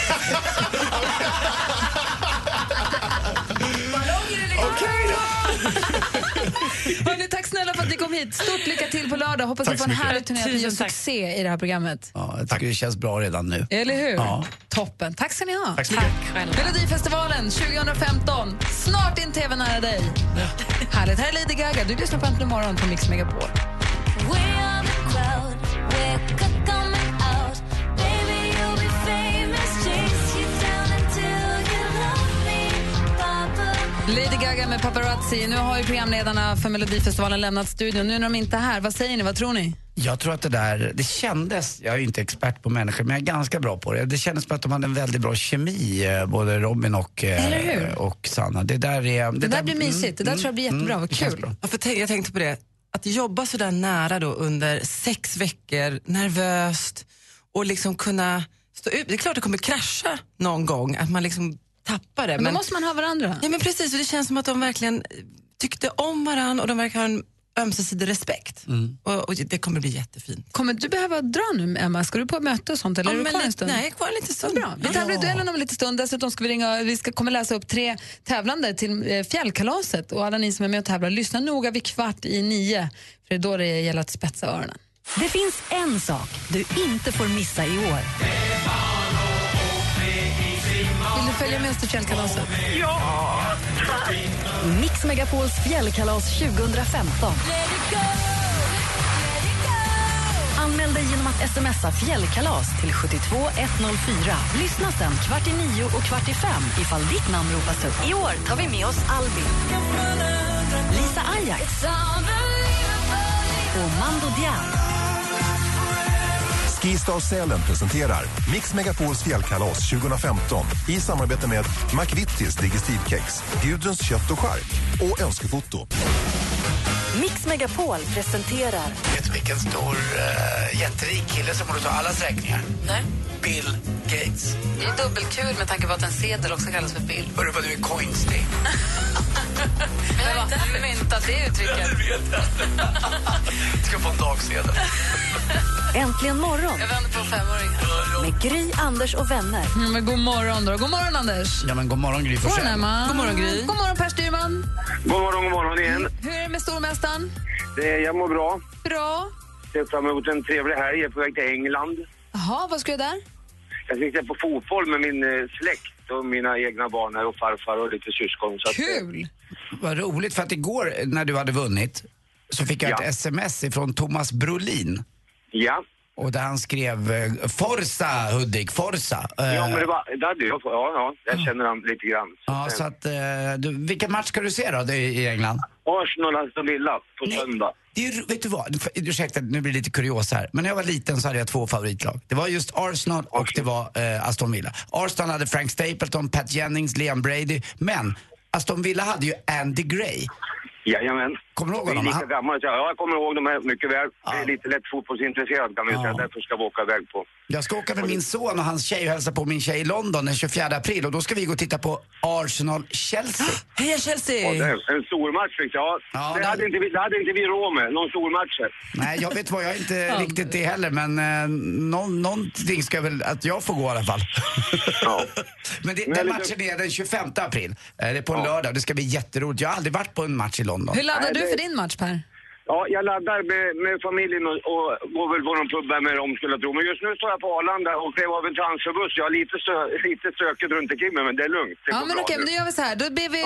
[SPEAKER 5] Hörrni, tack snälla för att ni kom hit. Stort lycka till på lördag. Hoppas
[SPEAKER 4] Tack
[SPEAKER 5] ni får
[SPEAKER 4] så
[SPEAKER 5] en
[SPEAKER 4] mycket.
[SPEAKER 5] härlig turné och att ni gör
[SPEAKER 6] Tusen tack.
[SPEAKER 5] succé i det här programmet.
[SPEAKER 7] Ja, jag tycker det känns bra redan nu.
[SPEAKER 5] Eller hur?
[SPEAKER 7] Ja.
[SPEAKER 5] Toppen. Eh, Tack ska ni ha.
[SPEAKER 4] Tack så mycket.
[SPEAKER 6] Tack själv.
[SPEAKER 5] Melodifestivalen 2015. Snart din tv nära dig. Härligt. Här är Lady Gaga. Du lyssnar på Äntligen morgon på Mix Megapol. Lady Gaga med Paparazzi. Nu har ju programledarna för Melodifestivalen lämnat studion. Nu när de inte är här, vad säger ni? Vad tror ni?
[SPEAKER 7] Jag tror att det där, det kändes, jag är ju inte expert på människor, men jag är ganska bra på det. Det kändes som att de hade en väldigt bra kemi, eh, både Robin och, eh,
[SPEAKER 5] Eller hur?
[SPEAKER 7] och Sanna. Det där mm, är...
[SPEAKER 5] Det där blir mysigt. Det där tror jag blir jättebra. Vad kul.
[SPEAKER 8] Ja, för tänk, jag tänkte på det, att jobba så där nära då under sex veckor, nervöst och liksom kunna stå ut. Det är klart det kommer krascha någon gång, att man liksom tappar det.
[SPEAKER 5] Men då måste man ha varandra.
[SPEAKER 8] ja, men precis, och det känns som att de verkligen tyckte om varandra och de verkar ha en ömsesidig respekt. Och, och det kommer bli jättefint.
[SPEAKER 5] Kommer du behöva dra nu, Emma? Ska du på möte och sånt? Eller är
[SPEAKER 8] Ja,
[SPEAKER 5] du
[SPEAKER 8] men
[SPEAKER 5] kvar en
[SPEAKER 8] lite-
[SPEAKER 5] stund?
[SPEAKER 8] Nej, kvar lite stund.
[SPEAKER 5] Bra. Vi tävlar i duellen om en liten stund. Dessutom ska vi, ringa, vi ska, kommer läsa upp tre tävlande till eh, Fjällkalaset. Och alla ni som är med och tävlar, lyssna noga vid kvart i nio. För det är då det gäller att spetsa öronen.
[SPEAKER 1] Det finns en sak du inte får missa i år.
[SPEAKER 5] Vill du följa med oss till Fjällkalaset?
[SPEAKER 1] Mix Megapols fjällkalas 2015. Anmäl dig genom att smsa fjällkalas till 72104. Lyssna sen kvart i nio och kvart i fem ifall ditt namn ropas upp. I år tar vi med oss Albin, Lisa Ajax och Mando Dian.
[SPEAKER 10] Skistar Sälen presenterar Mix Megapols fjällkalas 2015 i samarbete med McVittys Digestivkex, Gudruns kött och skark och Önskefoto.
[SPEAKER 1] Mix Megapol presenterar
[SPEAKER 7] Vet du vilken stor uh, jätterik kille som borde ta allas räkningar?
[SPEAKER 5] Nej.
[SPEAKER 7] Bill Gates.
[SPEAKER 5] Det är dubbelkul med tanke på att en sedel också kallas för bild.
[SPEAKER 7] Hörru vad du är coinstig.
[SPEAKER 5] Jag har inte myntat det uttrycket.
[SPEAKER 7] Ska få en dagsedel.
[SPEAKER 1] Äntligen morgon
[SPEAKER 5] vänder på femåringar.
[SPEAKER 1] med Gry, Anders och vänner.
[SPEAKER 5] Mm, men god morgon då. God morgon Anders.
[SPEAKER 7] Ja men god morgon Gry
[SPEAKER 5] God morgon
[SPEAKER 7] Forssell.
[SPEAKER 5] Emma.
[SPEAKER 8] God morgon, Gry.
[SPEAKER 5] God morgon Per Styrman.
[SPEAKER 3] God morgon, god morgon igen.
[SPEAKER 5] Hur är det med stormästaren?
[SPEAKER 3] Det, jag mår bra.
[SPEAKER 5] Bra.
[SPEAKER 3] Ser fram emot en trevlig helg. Jag är på väg till England.
[SPEAKER 5] Jaha, vad ska du där?
[SPEAKER 3] Jag ska titta på fotboll med min eh, släkt och mina egna barn här och farfar och lite syskon. Så att, eh,
[SPEAKER 5] Kul!
[SPEAKER 7] Vad roligt för att igår när du hade vunnit så fick jag
[SPEAKER 3] Ja.
[SPEAKER 7] ett sms ifrån Thomas Brolin.
[SPEAKER 3] Ja.
[SPEAKER 7] Och där han skrev eh, Forza Hudik, Forza. Eh,
[SPEAKER 3] Ja, men det var... Där du, ja, ja, jag känner han lite grann.
[SPEAKER 7] ja, så att, eh, du, vilken match ska du se då det är i England?
[SPEAKER 3] Arsenal, Aston Villa på söndag.
[SPEAKER 7] Det är, ju- vet du vad, För- ursäkta nu blir det lite kurios här. Men när jag var liten så hade jag två favoritlag. Det var just Arsenal och det var eh, Aston Villa. Arsenal hade Frank Stapleton, Pat Jennings, Liam Brady. Men Aston Villa hade ju Andy Gray.
[SPEAKER 3] Jajamän.
[SPEAKER 7] Kommer du ihåg
[SPEAKER 3] Vi är
[SPEAKER 7] honom?
[SPEAKER 3] lika
[SPEAKER 7] Han-
[SPEAKER 3] gammal, så jag, ja, jag kommer ihåg de här mycket väl. Jag är lite lätt fotbollsintresserad kan man ju
[SPEAKER 7] Ja.
[SPEAKER 3] säga. Därför ska vi åka iväg på.
[SPEAKER 7] Jag ska åka med min son och hans tjej och hälsa på min tjej i London den 24 april och då ska vi gå och titta på Arsenal-Chelsea.
[SPEAKER 8] Heja
[SPEAKER 3] Ja, det
[SPEAKER 8] Chelsea!
[SPEAKER 3] är en stor match fick jag.
[SPEAKER 7] Ja,
[SPEAKER 3] Ja, det,
[SPEAKER 7] det-
[SPEAKER 3] hade inte vi, det hade inte vi råd med, någon stor match här.
[SPEAKER 7] Nej, jag vet vad, jag är inte riktigt det heller men eh, nå- någonting ska väl att jag får gå i alla fall.
[SPEAKER 3] Ja.
[SPEAKER 7] Men det,
[SPEAKER 3] Men
[SPEAKER 7] den
[SPEAKER 3] lite-
[SPEAKER 7] matchen är den 25 april. Eh, Det är på en lördag det ska bli jätteroligt. Jag har aldrig varit på en match i London.
[SPEAKER 5] Hur laddar
[SPEAKER 3] Nej,
[SPEAKER 5] du
[SPEAKER 3] det-
[SPEAKER 5] för din match Per?
[SPEAKER 3] ja, jag laddar med, med familjen och, och går väl på någon pub här med dem skulle jag tro. Men just nu står jag på Arlanda och klev av en transferbuss. Jag har lite, stö, lite stökigt runt omkring mig, men det är lugnt. Det
[SPEAKER 5] Ja
[SPEAKER 3] går
[SPEAKER 5] men
[SPEAKER 3] bra
[SPEAKER 5] okej,
[SPEAKER 3] nu.
[SPEAKER 5] men då gör vi så här. Då ber vi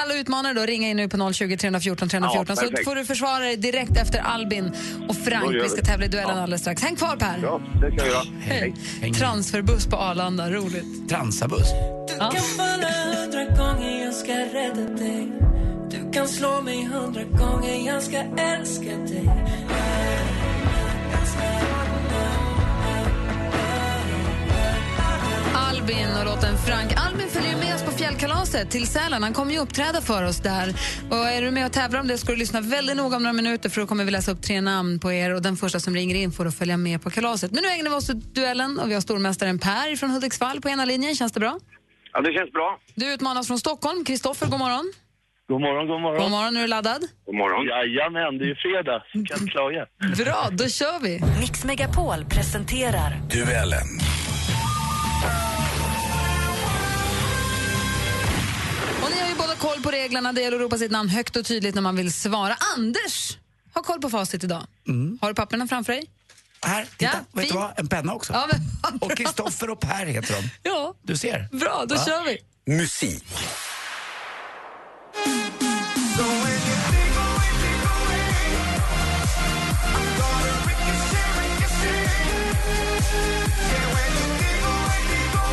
[SPEAKER 5] alla utmanare då ringa in nu på 020 314 314
[SPEAKER 3] Ja,
[SPEAKER 5] så
[SPEAKER 3] perfekt.
[SPEAKER 5] får du försvara dig direkt efter Albin och Frank.
[SPEAKER 3] Då gör
[SPEAKER 5] Vi ska
[SPEAKER 3] vi.
[SPEAKER 5] tävla i duellen
[SPEAKER 3] Ja.
[SPEAKER 5] alldeles strax. Häng kvar Per!
[SPEAKER 3] Ja, det ska jag göra.
[SPEAKER 5] Hej.
[SPEAKER 7] Häng.
[SPEAKER 5] Transferbuss på Arlanda, roligt.
[SPEAKER 7] Transabuss.
[SPEAKER 2] Du
[SPEAKER 5] Ja.
[SPEAKER 2] kan falla hundra gånger, jag ska rädda dig Du kan slå mig hundra gånger, jag ska älska dig
[SPEAKER 5] Albin och låten Frank. Albin följer ju med oss på fjällkalaset till Sälen. Han kommer ju uppträda för oss där. Och är du med och tävlar om det ska du lyssna väldigt noga om några minuter för då kommer vi läsa upp tre namn på er och den första som ringer in får då följa med på kalaset. Men nu ägnar vi oss åt duellen och vi har stormästaren Per från Hudiksvall på ena linjen. Känns det bra?
[SPEAKER 3] Ja, det känns bra.
[SPEAKER 5] Du utmanas från Stockholm. Kristoffer, god morgon.
[SPEAKER 11] God morgon, god
[SPEAKER 5] God
[SPEAKER 11] morgon.
[SPEAKER 5] morgon, är du laddad?
[SPEAKER 3] God morgon.
[SPEAKER 11] Jajamän, det är ju fredag. så Kan inte klaga.
[SPEAKER 5] Bra, då kör vi.
[SPEAKER 1] Mix Megapol presenterar
[SPEAKER 10] Duellen.
[SPEAKER 5] Och ni har ju båda koll på reglerna. Det gäller att ropa sitt namn högt och tydligt när man vill svara. Anders har koll på facit idag. Har du papperna framför dig?
[SPEAKER 7] Här, titta.
[SPEAKER 5] Ja,
[SPEAKER 7] vet
[SPEAKER 5] fint.
[SPEAKER 7] du vad? En penna också.
[SPEAKER 5] Ja, men,
[SPEAKER 7] Och Kristoffer och Per heter de.
[SPEAKER 5] ja.
[SPEAKER 7] Du ser.
[SPEAKER 5] Bra, då kör vi.
[SPEAKER 10] Musik.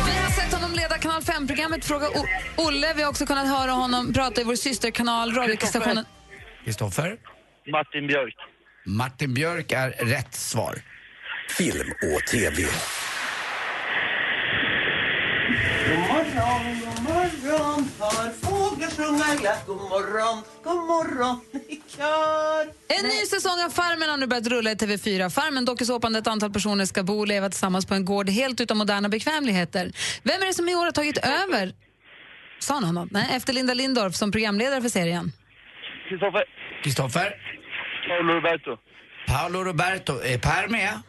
[SPEAKER 5] Vi har sett honom leda Kanal 5-programmet Fråga o- Olle. Vi har också kunnat höra honom prata i vår systerkanal, radiostationen.
[SPEAKER 7] Kristoffer.
[SPEAKER 11] Martin Björk.
[SPEAKER 7] Martin Björk är rätt svar.
[SPEAKER 10] Film och tv.
[SPEAKER 12] God morgon, god morgon, hör fåglar sjunga glatt. God morgon, god morgon, i kör.
[SPEAKER 5] En ny säsong av Farmen har nu börjat rulla i TV4. Farmen, dokusåpan där ett antal personer ska bo och leva tillsammans på en gård helt utan moderna bekvämligheter. Vem är det som i år har tagit över? Sa någon något? Nej, efter Linda Lindorff som programledare för serien.
[SPEAKER 11] Kristoffer.
[SPEAKER 7] Kristoffer.
[SPEAKER 11] Paolo Roberto.
[SPEAKER 7] Paolo Roberto, är Per med?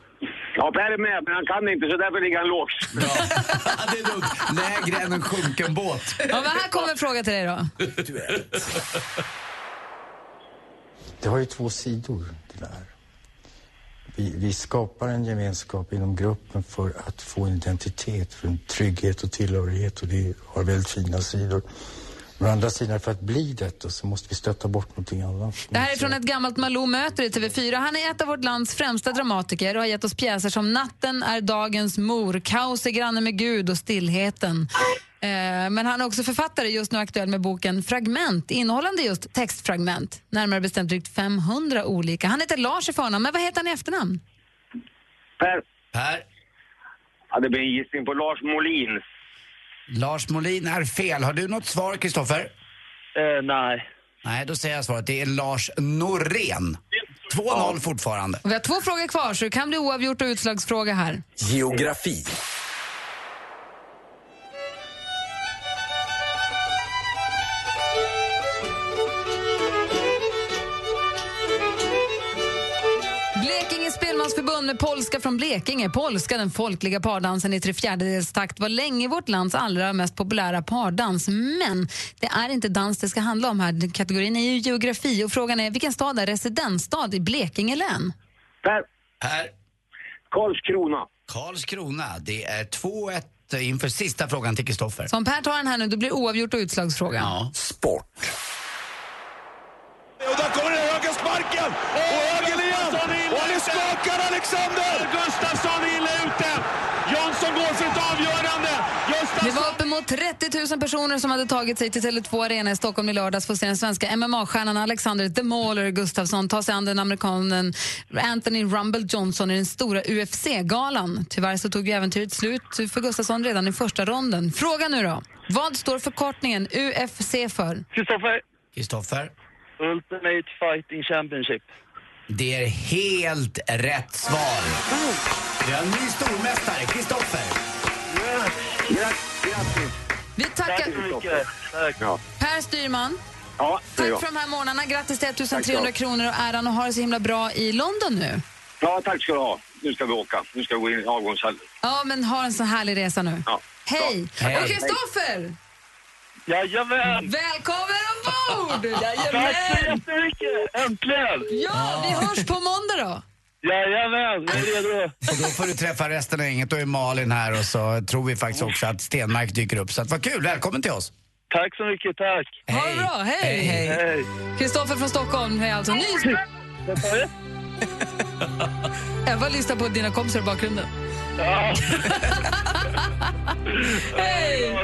[SPEAKER 3] Ja, Per är med, men han kan inte så därför ligger han lågt.
[SPEAKER 7] det är lugnt. Lägre än en sjunken båt.
[SPEAKER 5] Ja, men här kommer en fråga till dig då.
[SPEAKER 13] Det har ju två sidor till det här. Vi, vi skapar en gemenskap inom gruppen för att få en identitet, för en trygghet och tillhörighet och det har väldigt fina sidor. Men å andra sidan, för att bli detta så måste vi stöta bort någonting annat.
[SPEAKER 5] Det här är från ett gammalt Malou möter i TV4. Han är ett av vårt lands främsta dramatiker och har gett oss pjäser som Natten är dagens mor, Kaos är granne med Gud och Stillheten. Eh, Men han är också författare, just nu aktuell med boken Fragment, innehållande just textfragment. Närmare bestämt drygt 500 olika. Han heter Lars i förnamn, men vad heter han i efternamn?
[SPEAKER 3] Per.
[SPEAKER 7] Per.
[SPEAKER 3] Ja, det blir en gissning på Lars Molin.
[SPEAKER 7] Lars Molin är fel. Har du något svar, Kristoffer?
[SPEAKER 11] Eh, nej.
[SPEAKER 7] Nej, då säger jag svaret. Det är Lars Norén. 2-0 fortfarande.
[SPEAKER 5] Och vi har två frågor kvar, så det kan bli oavgjort och utslagsfråga här.
[SPEAKER 7] Geografi.
[SPEAKER 5] Blekinge spelmansförbund med polska från Blekinge. Polska, den folkliga pardansen i trefjärdedelstakt, var länge vårt lands allra mest populära pardans. Men det är inte dans det ska handla om här. Kategorin är ju geografi och frågan är vilken stad är residensstad i Blekinge län?
[SPEAKER 3] Per.
[SPEAKER 7] Per.
[SPEAKER 3] Karlskrona.
[SPEAKER 7] Karlskrona. Det är 2-1 inför sista frågan till Kristoffer.
[SPEAKER 5] Så om Per tar den här nu, då blir det oavgjort och utslagsfråga. Ja.
[SPEAKER 7] Sport.
[SPEAKER 9] Och där kommer den höga sparken! Och höger igen! Och det skakar Alexander! Gustafsson är illa ute! Jonsson går för ett avgörande!
[SPEAKER 5] Det var uppemot 30 000 personer som hade tagit sig till Tele2 Arena i Stockholm i lördags för att se den svenska MMA-stjärnan Alexander The Mauler Gustafsson ta sig an den amerikanen Anthony Rumble Johnson i den stora UFC-galan. Tyvärr så tog ju äventyret slut för Gustafsson redan i första ronden. Fråga nu då. Vad står förkortningen UFC för?
[SPEAKER 11] Kristoffer.
[SPEAKER 7] Kristoffer.
[SPEAKER 11] Ultimate Fighting Championship.
[SPEAKER 7] Det är helt rätt svar. Vi har en ny stormästare, Kristoffer.
[SPEAKER 5] Vi tackar
[SPEAKER 11] Tack.
[SPEAKER 5] Per Styrman.
[SPEAKER 3] Ja,
[SPEAKER 5] Tack för de här månaderna. Grattis till 1300 kronor och äran och ha det så himla bra i London nu.
[SPEAKER 3] Ja, tack ska du ha. Nu ska vi åka. Nu ska vi gå in i avgångshallen.
[SPEAKER 5] Ja, men ha en så härlig resa nu.
[SPEAKER 3] Ja.
[SPEAKER 5] Hej!
[SPEAKER 3] Hej.
[SPEAKER 5] Och Kristoffer!
[SPEAKER 11] Jajamän!
[SPEAKER 5] Välkommen ombord! Jajamän!
[SPEAKER 11] Tack så jättemycket! Äntligen!
[SPEAKER 5] Ja, vi hörs på måndag då.
[SPEAKER 11] Jajamän, jag är redo.
[SPEAKER 7] Och då får du träffa resten av gänget. Då är Malin här och så tror vi faktiskt också att Stenmark dyker upp. Så att vad kul, välkommen till oss.
[SPEAKER 11] Tack så mycket, tack.
[SPEAKER 5] Ha det bra, hej!
[SPEAKER 7] Hej,
[SPEAKER 11] hej.
[SPEAKER 5] Kristoffer från Stockholm är alltså ny... Eva lyssnar på dina kompisar i bakgrunden. hej!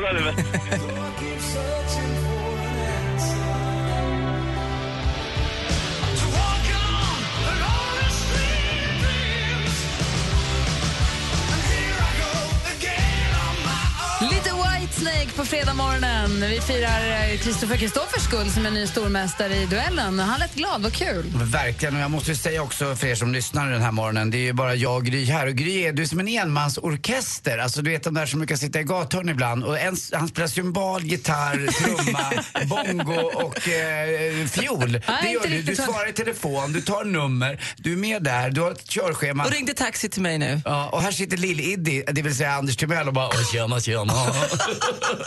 [SPEAKER 5] Lite Whitesnake på fredag morgonen. Vi firar Kristoffer Kristoffers skull som är ny stormästare i duellen. Han lät glad, vad kul.
[SPEAKER 7] Men Verkligen, och jag måste ju säga också för er som lyssnar den här morgonen, det är ju bara jag och Gry här. Och Gry är, du är som en enmansorkester. Alltså du vet de där som brukar sitta i gathörn ibland. Och en, han spelar cymbal, gitarr, trumma, bongo och eh, fiol. det gör
[SPEAKER 8] inte
[SPEAKER 7] du. Du
[SPEAKER 8] riktigt så.
[SPEAKER 7] svarar i telefon, du tar nummer, du är med där, du har ett körschema.
[SPEAKER 8] Och ringde taxi till mig nu.
[SPEAKER 7] Ja, och här sitter Lill-Iddi, det vill säga Anders Timell och bara "Åh, tjena, tjena.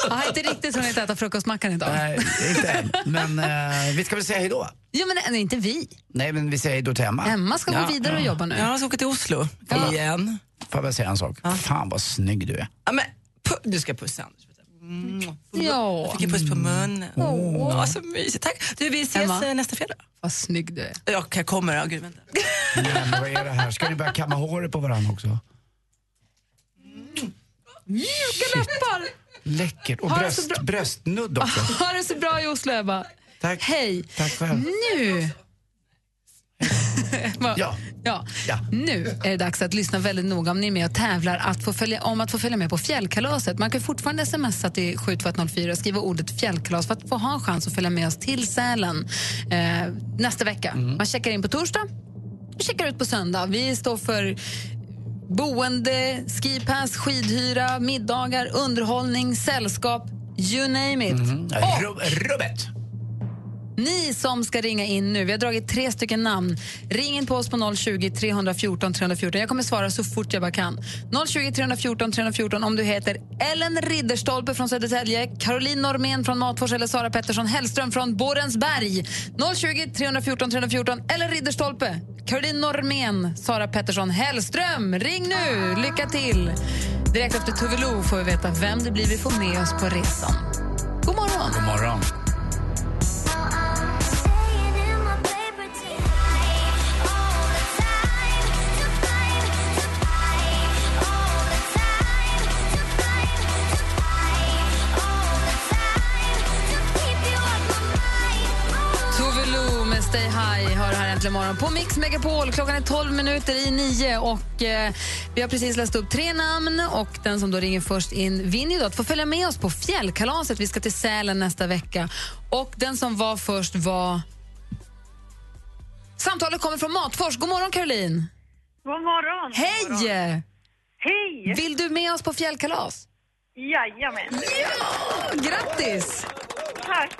[SPEAKER 5] Han har inte riktigt hunnit äta frukostmackan idag.
[SPEAKER 7] Nej, inte än. Men eh, vi ska väl säga hej då?
[SPEAKER 5] Ja, men nej, inte vi.
[SPEAKER 7] Nej, men vi säger hej då till Emma.
[SPEAKER 5] Emma ska gå vidare och jobba nu.
[SPEAKER 8] Ja, jag ska åka till Oslo. Igen.
[SPEAKER 7] Får jag bara säga en sak? Fan vad snygg du är.
[SPEAKER 8] Ja, men, pu- du ska pussa Anders.
[SPEAKER 5] Mm. Ja.
[SPEAKER 8] Jag fick en puss på munnen. Ja, så mysigt. Tack. Du, vi ses
[SPEAKER 5] Emma.
[SPEAKER 8] eh, nästa fredag.
[SPEAKER 5] Vad snygg du är.
[SPEAKER 8] Ja, jag kommer. Ja, gud, vänta.
[SPEAKER 7] Nej, men vad är det här? Ska ni börja kamma håret på varandra också?
[SPEAKER 5] Mjuka läppar!
[SPEAKER 7] Läckert. Och
[SPEAKER 5] Ha det så
[SPEAKER 7] bröst,
[SPEAKER 5] bra.
[SPEAKER 7] bröstnudd också.
[SPEAKER 5] Ha det så bra i Oslo, Ebba.
[SPEAKER 7] Tack.
[SPEAKER 5] Hej. Mm.
[SPEAKER 7] Tack själv.
[SPEAKER 5] Nu... Va?
[SPEAKER 7] Ja.
[SPEAKER 5] Ja.
[SPEAKER 7] Ja.
[SPEAKER 5] Nu är det dags att lyssna väldigt noga om ni är med och tävlar att få följa, om att få följa med på fjällkalaset. Man kan fortfarande smsa till 72104 och skriva ordet fjällkalas för att få ha en chans att följa med oss till Sälen eh, nästa vecka.
[SPEAKER 7] Mm.
[SPEAKER 5] Man checkar in på torsdag och checkar ut på söndag. Vi står för boende, skipass, skidhyra, middagar,
[SPEAKER 7] Eh,
[SPEAKER 5] underhållning, sällskap, you name it.
[SPEAKER 7] Ru- rubbet.
[SPEAKER 5] Ni som ska ringa in nu. Vi har dragit tre stycken namn. Ring in på oss på 020 314 314. Jag kommer svara så fort jag bara kan. 020 314 314 om du heter Ellen Ridderstolpe från Södertälje, Caroline Normén från Matfors eller Sara Pettersson Hellström från Borensberg. 020 314 314 Ellen Ridderstolpe, Caroline Normén, Sara Pettersson Hellström. Ring nu! Lycka till! Direkt efter Tove Lo får vi veta vem det blir vi får med oss på resan. God morgon!
[SPEAKER 7] God morgon.
[SPEAKER 5] Tove Lo med Stay High hör här äntligen morgon på Mix Megapol. Klockan är 12 minuter i nio och eh, vi har precis läst upp tre namn och den som då ringer först in vinner ju då att få följa med oss på fjällkalaset. Vi ska till Sälen nästa vecka och den som var först var... Samtalet kommer från Matfors. God morgon Caroline!
[SPEAKER 14] God morgon!
[SPEAKER 5] Hej!
[SPEAKER 14] Hej!
[SPEAKER 5] Vill du med oss på fjällkalas?
[SPEAKER 14] Jajamän!
[SPEAKER 5] Ja! Grattis!
[SPEAKER 14] Tack!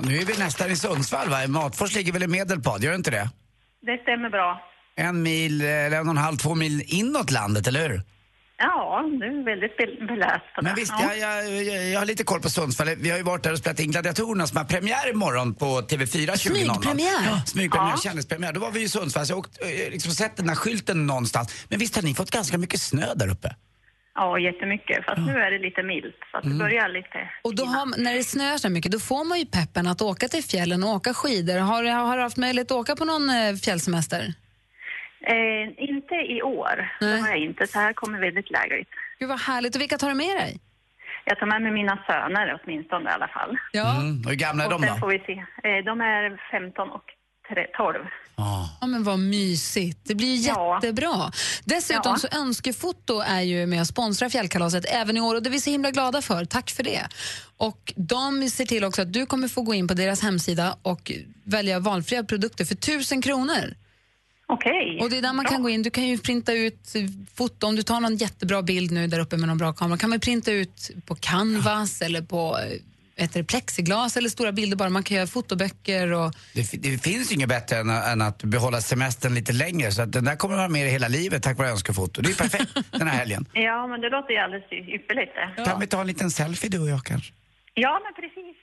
[SPEAKER 7] Nu är vi nästan i Sundsvall va? Matfors ligger väl i Medelpad, gör det inte det?
[SPEAKER 14] Det stämmer bra.
[SPEAKER 7] En mil, eller en och en halv, två mil inåt landet, eller hur?
[SPEAKER 14] Ja, du är väldigt bel- beläst på det.
[SPEAKER 7] Men visst,
[SPEAKER 14] ja.
[SPEAKER 7] jag, jag, jag, jag har lite koll på Sundsvall. Vi har ju varit där och spelat in Gladiatorerna som har premiär imorgon på TV4 20.00.
[SPEAKER 5] Smygpremiär.
[SPEAKER 7] Ja, smygpremiär,
[SPEAKER 5] Ja.
[SPEAKER 7] kändispremiär. Då var vi ju i Sundsvall så jag har liksom sett den där skylten någonstans. Men visst har ni fått ganska mycket snö där uppe?
[SPEAKER 14] ja, jättemycket. Fast nu är det lite milt, så att det
[SPEAKER 7] Mm.
[SPEAKER 14] börjar lite...
[SPEAKER 5] Och då har, när det snöar så här mycket, då får man ju peppen att åka till fjällen och åka skidor. Har, har du haft möjlighet att åka på någon eh, fjällsemester?
[SPEAKER 14] Eh, inte i år, det har jag inte. Så här kommer väldigt lägligt.
[SPEAKER 5] Gud vad härligt. Och vilka tar du med dig?
[SPEAKER 14] Jag tar med mig mina söner åtminstone i alla fall.
[SPEAKER 5] Ja.
[SPEAKER 7] Mm. Hur gamla är
[SPEAKER 14] och
[SPEAKER 7] de
[SPEAKER 14] sen
[SPEAKER 7] då?
[SPEAKER 14] får vi se. Eh, de är 15 och tre- 12.
[SPEAKER 5] Ja, men vad mysigt. Det blir ju jättebra. Dessutom
[SPEAKER 14] Ja.
[SPEAKER 5] så Önskefoto är ju med och sponsrar Fjällkalaset även i år och det är vi så himla glada för. Tack för det. Och de ser till också att du kommer få gå in på deras hemsida och välja valfria produkter för tusen kronor.
[SPEAKER 14] Okej.
[SPEAKER 5] Och det är där man kan gå in. Du kan ju printa ut eh, foto. Om du tar någon jättebra bild nu där uppe med någon bra kamera kan man ju printa ut på canvas eller på eh, vad heter det, plexiglas eller stora bilder bara. Man kan göra fotoböcker och
[SPEAKER 7] Det, fi- det finns ju inget bättre än, än att behålla semestern lite längre så att den där kommer vara med er hela livet tack vare önskefoto. Det är ju perfekt den här helgen.
[SPEAKER 14] Ja, men det låter ju alldeles y- ypperligt det.
[SPEAKER 7] Kan vi ta en liten selfie du och jag kanske?
[SPEAKER 14] Ja, men precis.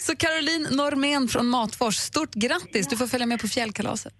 [SPEAKER 5] Så Caroline Normén från Matfors, stort grattis! Du får följa med på fjällkalaset.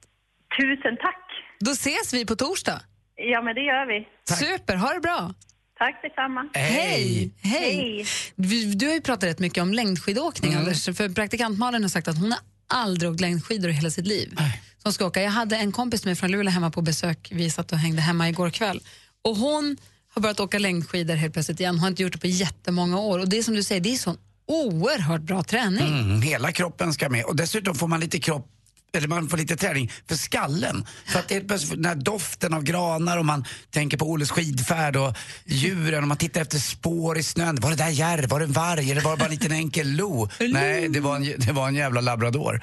[SPEAKER 14] Tusen tack!
[SPEAKER 5] Då ses vi på torsdag.
[SPEAKER 14] Ja, men det gör vi.
[SPEAKER 5] Super, ha det bra!
[SPEAKER 14] Tack detsamma.
[SPEAKER 5] Hej! Hej. Vi- Du har ju pratat rätt mycket om längdskidåkning, Anders. För praktikant Malin har sagt att hon har aldrig åkt längdskidor i hela sitt liv. Så hon ska åka. Jag hade en kompis med från Luleå hemma på besök. Vi satt och hängde hemma igår kväll. Och hon har börjat åka längdskidor helt plötsligt igen. Hon har inte gjort det på jättemånga år. Och det är som du säger, det är sån oerhört bra träning.
[SPEAKER 7] Mm, hela kroppen ska med och dessutom får man lite kropp eller man får lite träning för skallen. För att helt plötsligt, den här doften av granar och man tänker på Oles skidfärd och djuren och man tittar efter spår i snön. Var det där järv? Var det en varg? Eller var det bara en liten enkel lo? Nej, det var en, det var en jävla labrador.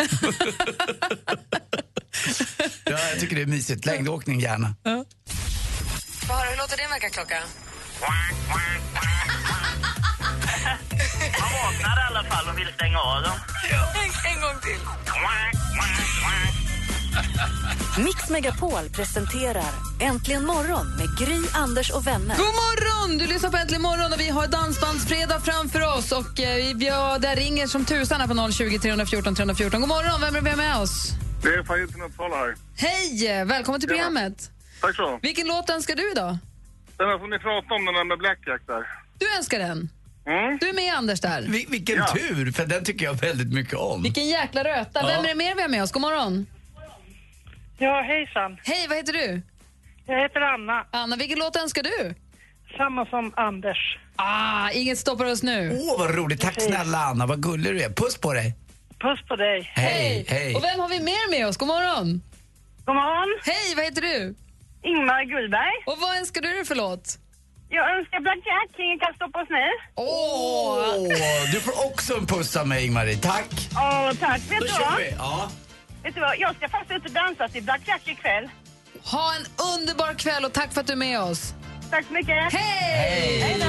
[SPEAKER 7] ja, jag tycker det är mysigt. Längdåkning gärna.
[SPEAKER 5] Vad har du? Hur låter din väckarklocka?
[SPEAKER 12] Man vaknar i alla fall och vill stänga av dem.
[SPEAKER 5] En, gång till.
[SPEAKER 1] Mix Megapol presenterar Äntligen morgon med Gry, Anders och vänner.
[SPEAKER 5] God morgon! Du lyssnar på Äntligen morgon och vi har Dansbandsfredag framför oss. Och eh, vi- vi har, där ringer som tusan här på 020 314 314. God morgon, vem är vi har med oss?
[SPEAKER 15] Det är Farid från Uppsala här.
[SPEAKER 5] Hej! eh, Välkommen till
[SPEAKER 15] Tjena.
[SPEAKER 5] programmet.
[SPEAKER 15] Tack så.
[SPEAKER 5] Vilken låt önskar du idag?
[SPEAKER 15] Den här får ni prata om, den här med Blackjack där.
[SPEAKER 5] Du önskar den.
[SPEAKER 15] Mm.
[SPEAKER 5] Du är med Anders där.
[SPEAKER 7] Vil- vilken tur, för den tycker jag väldigt mycket om.
[SPEAKER 5] Vilken jäkla röta.
[SPEAKER 7] Ja.
[SPEAKER 5] Vem är det mer vi har med oss? God morgon.
[SPEAKER 16] Ja, hejsan.
[SPEAKER 5] Hej, vad heter du?
[SPEAKER 16] Jag heter Anna.
[SPEAKER 5] Anna, vilken låt önskar du?
[SPEAKER 16] Samma som Anders.
[SPEAKER 5] Ah, inget stoppar oss nu.
[SPEAKER 7] Åh, vad roligt. Tack snälla Anna, vad gullig du är. Puss på dig.
[SPEAKER 16] Puss på dig.
[SPEAKER 7] Hej, hej.
[SPEAKER 5] Och vem har vi mer med oss? God morgon.
[SPEAKER 16] God morgon.
[SPEAKER 5] Hej, vad heter du?
[SPEAKER 16] Ingmar Gullberg.
[SPEAKER 5] Och vad önskar du dig för låt?
[SPEAKER 16] Jag önskar Blackjack, ingen kan stoppa oss nu.
[SPEAKER 7] Åh, du får också en puss av mig, Marie. Tack.
[SPEAKER 16] Åh, tack. Vet
[SPEAKER 7] Då
[SPEAKER 16] du
[SPEAKER 7] kör
[SPEAKER 16] vad?
[SPEAKER 7] vi. Ja.
[SPEAKER 16] Vet du vad? Jag ska faktiskt ut och dansa till Blackjack ikväll.
[SPEAKER 5] Ha en underbar kväll och tack för att du är med oss.
[SPEAKER 16] Tack så mycket.
[SPEAKER 5] Hej!
[SPEAKER 16] Hej då.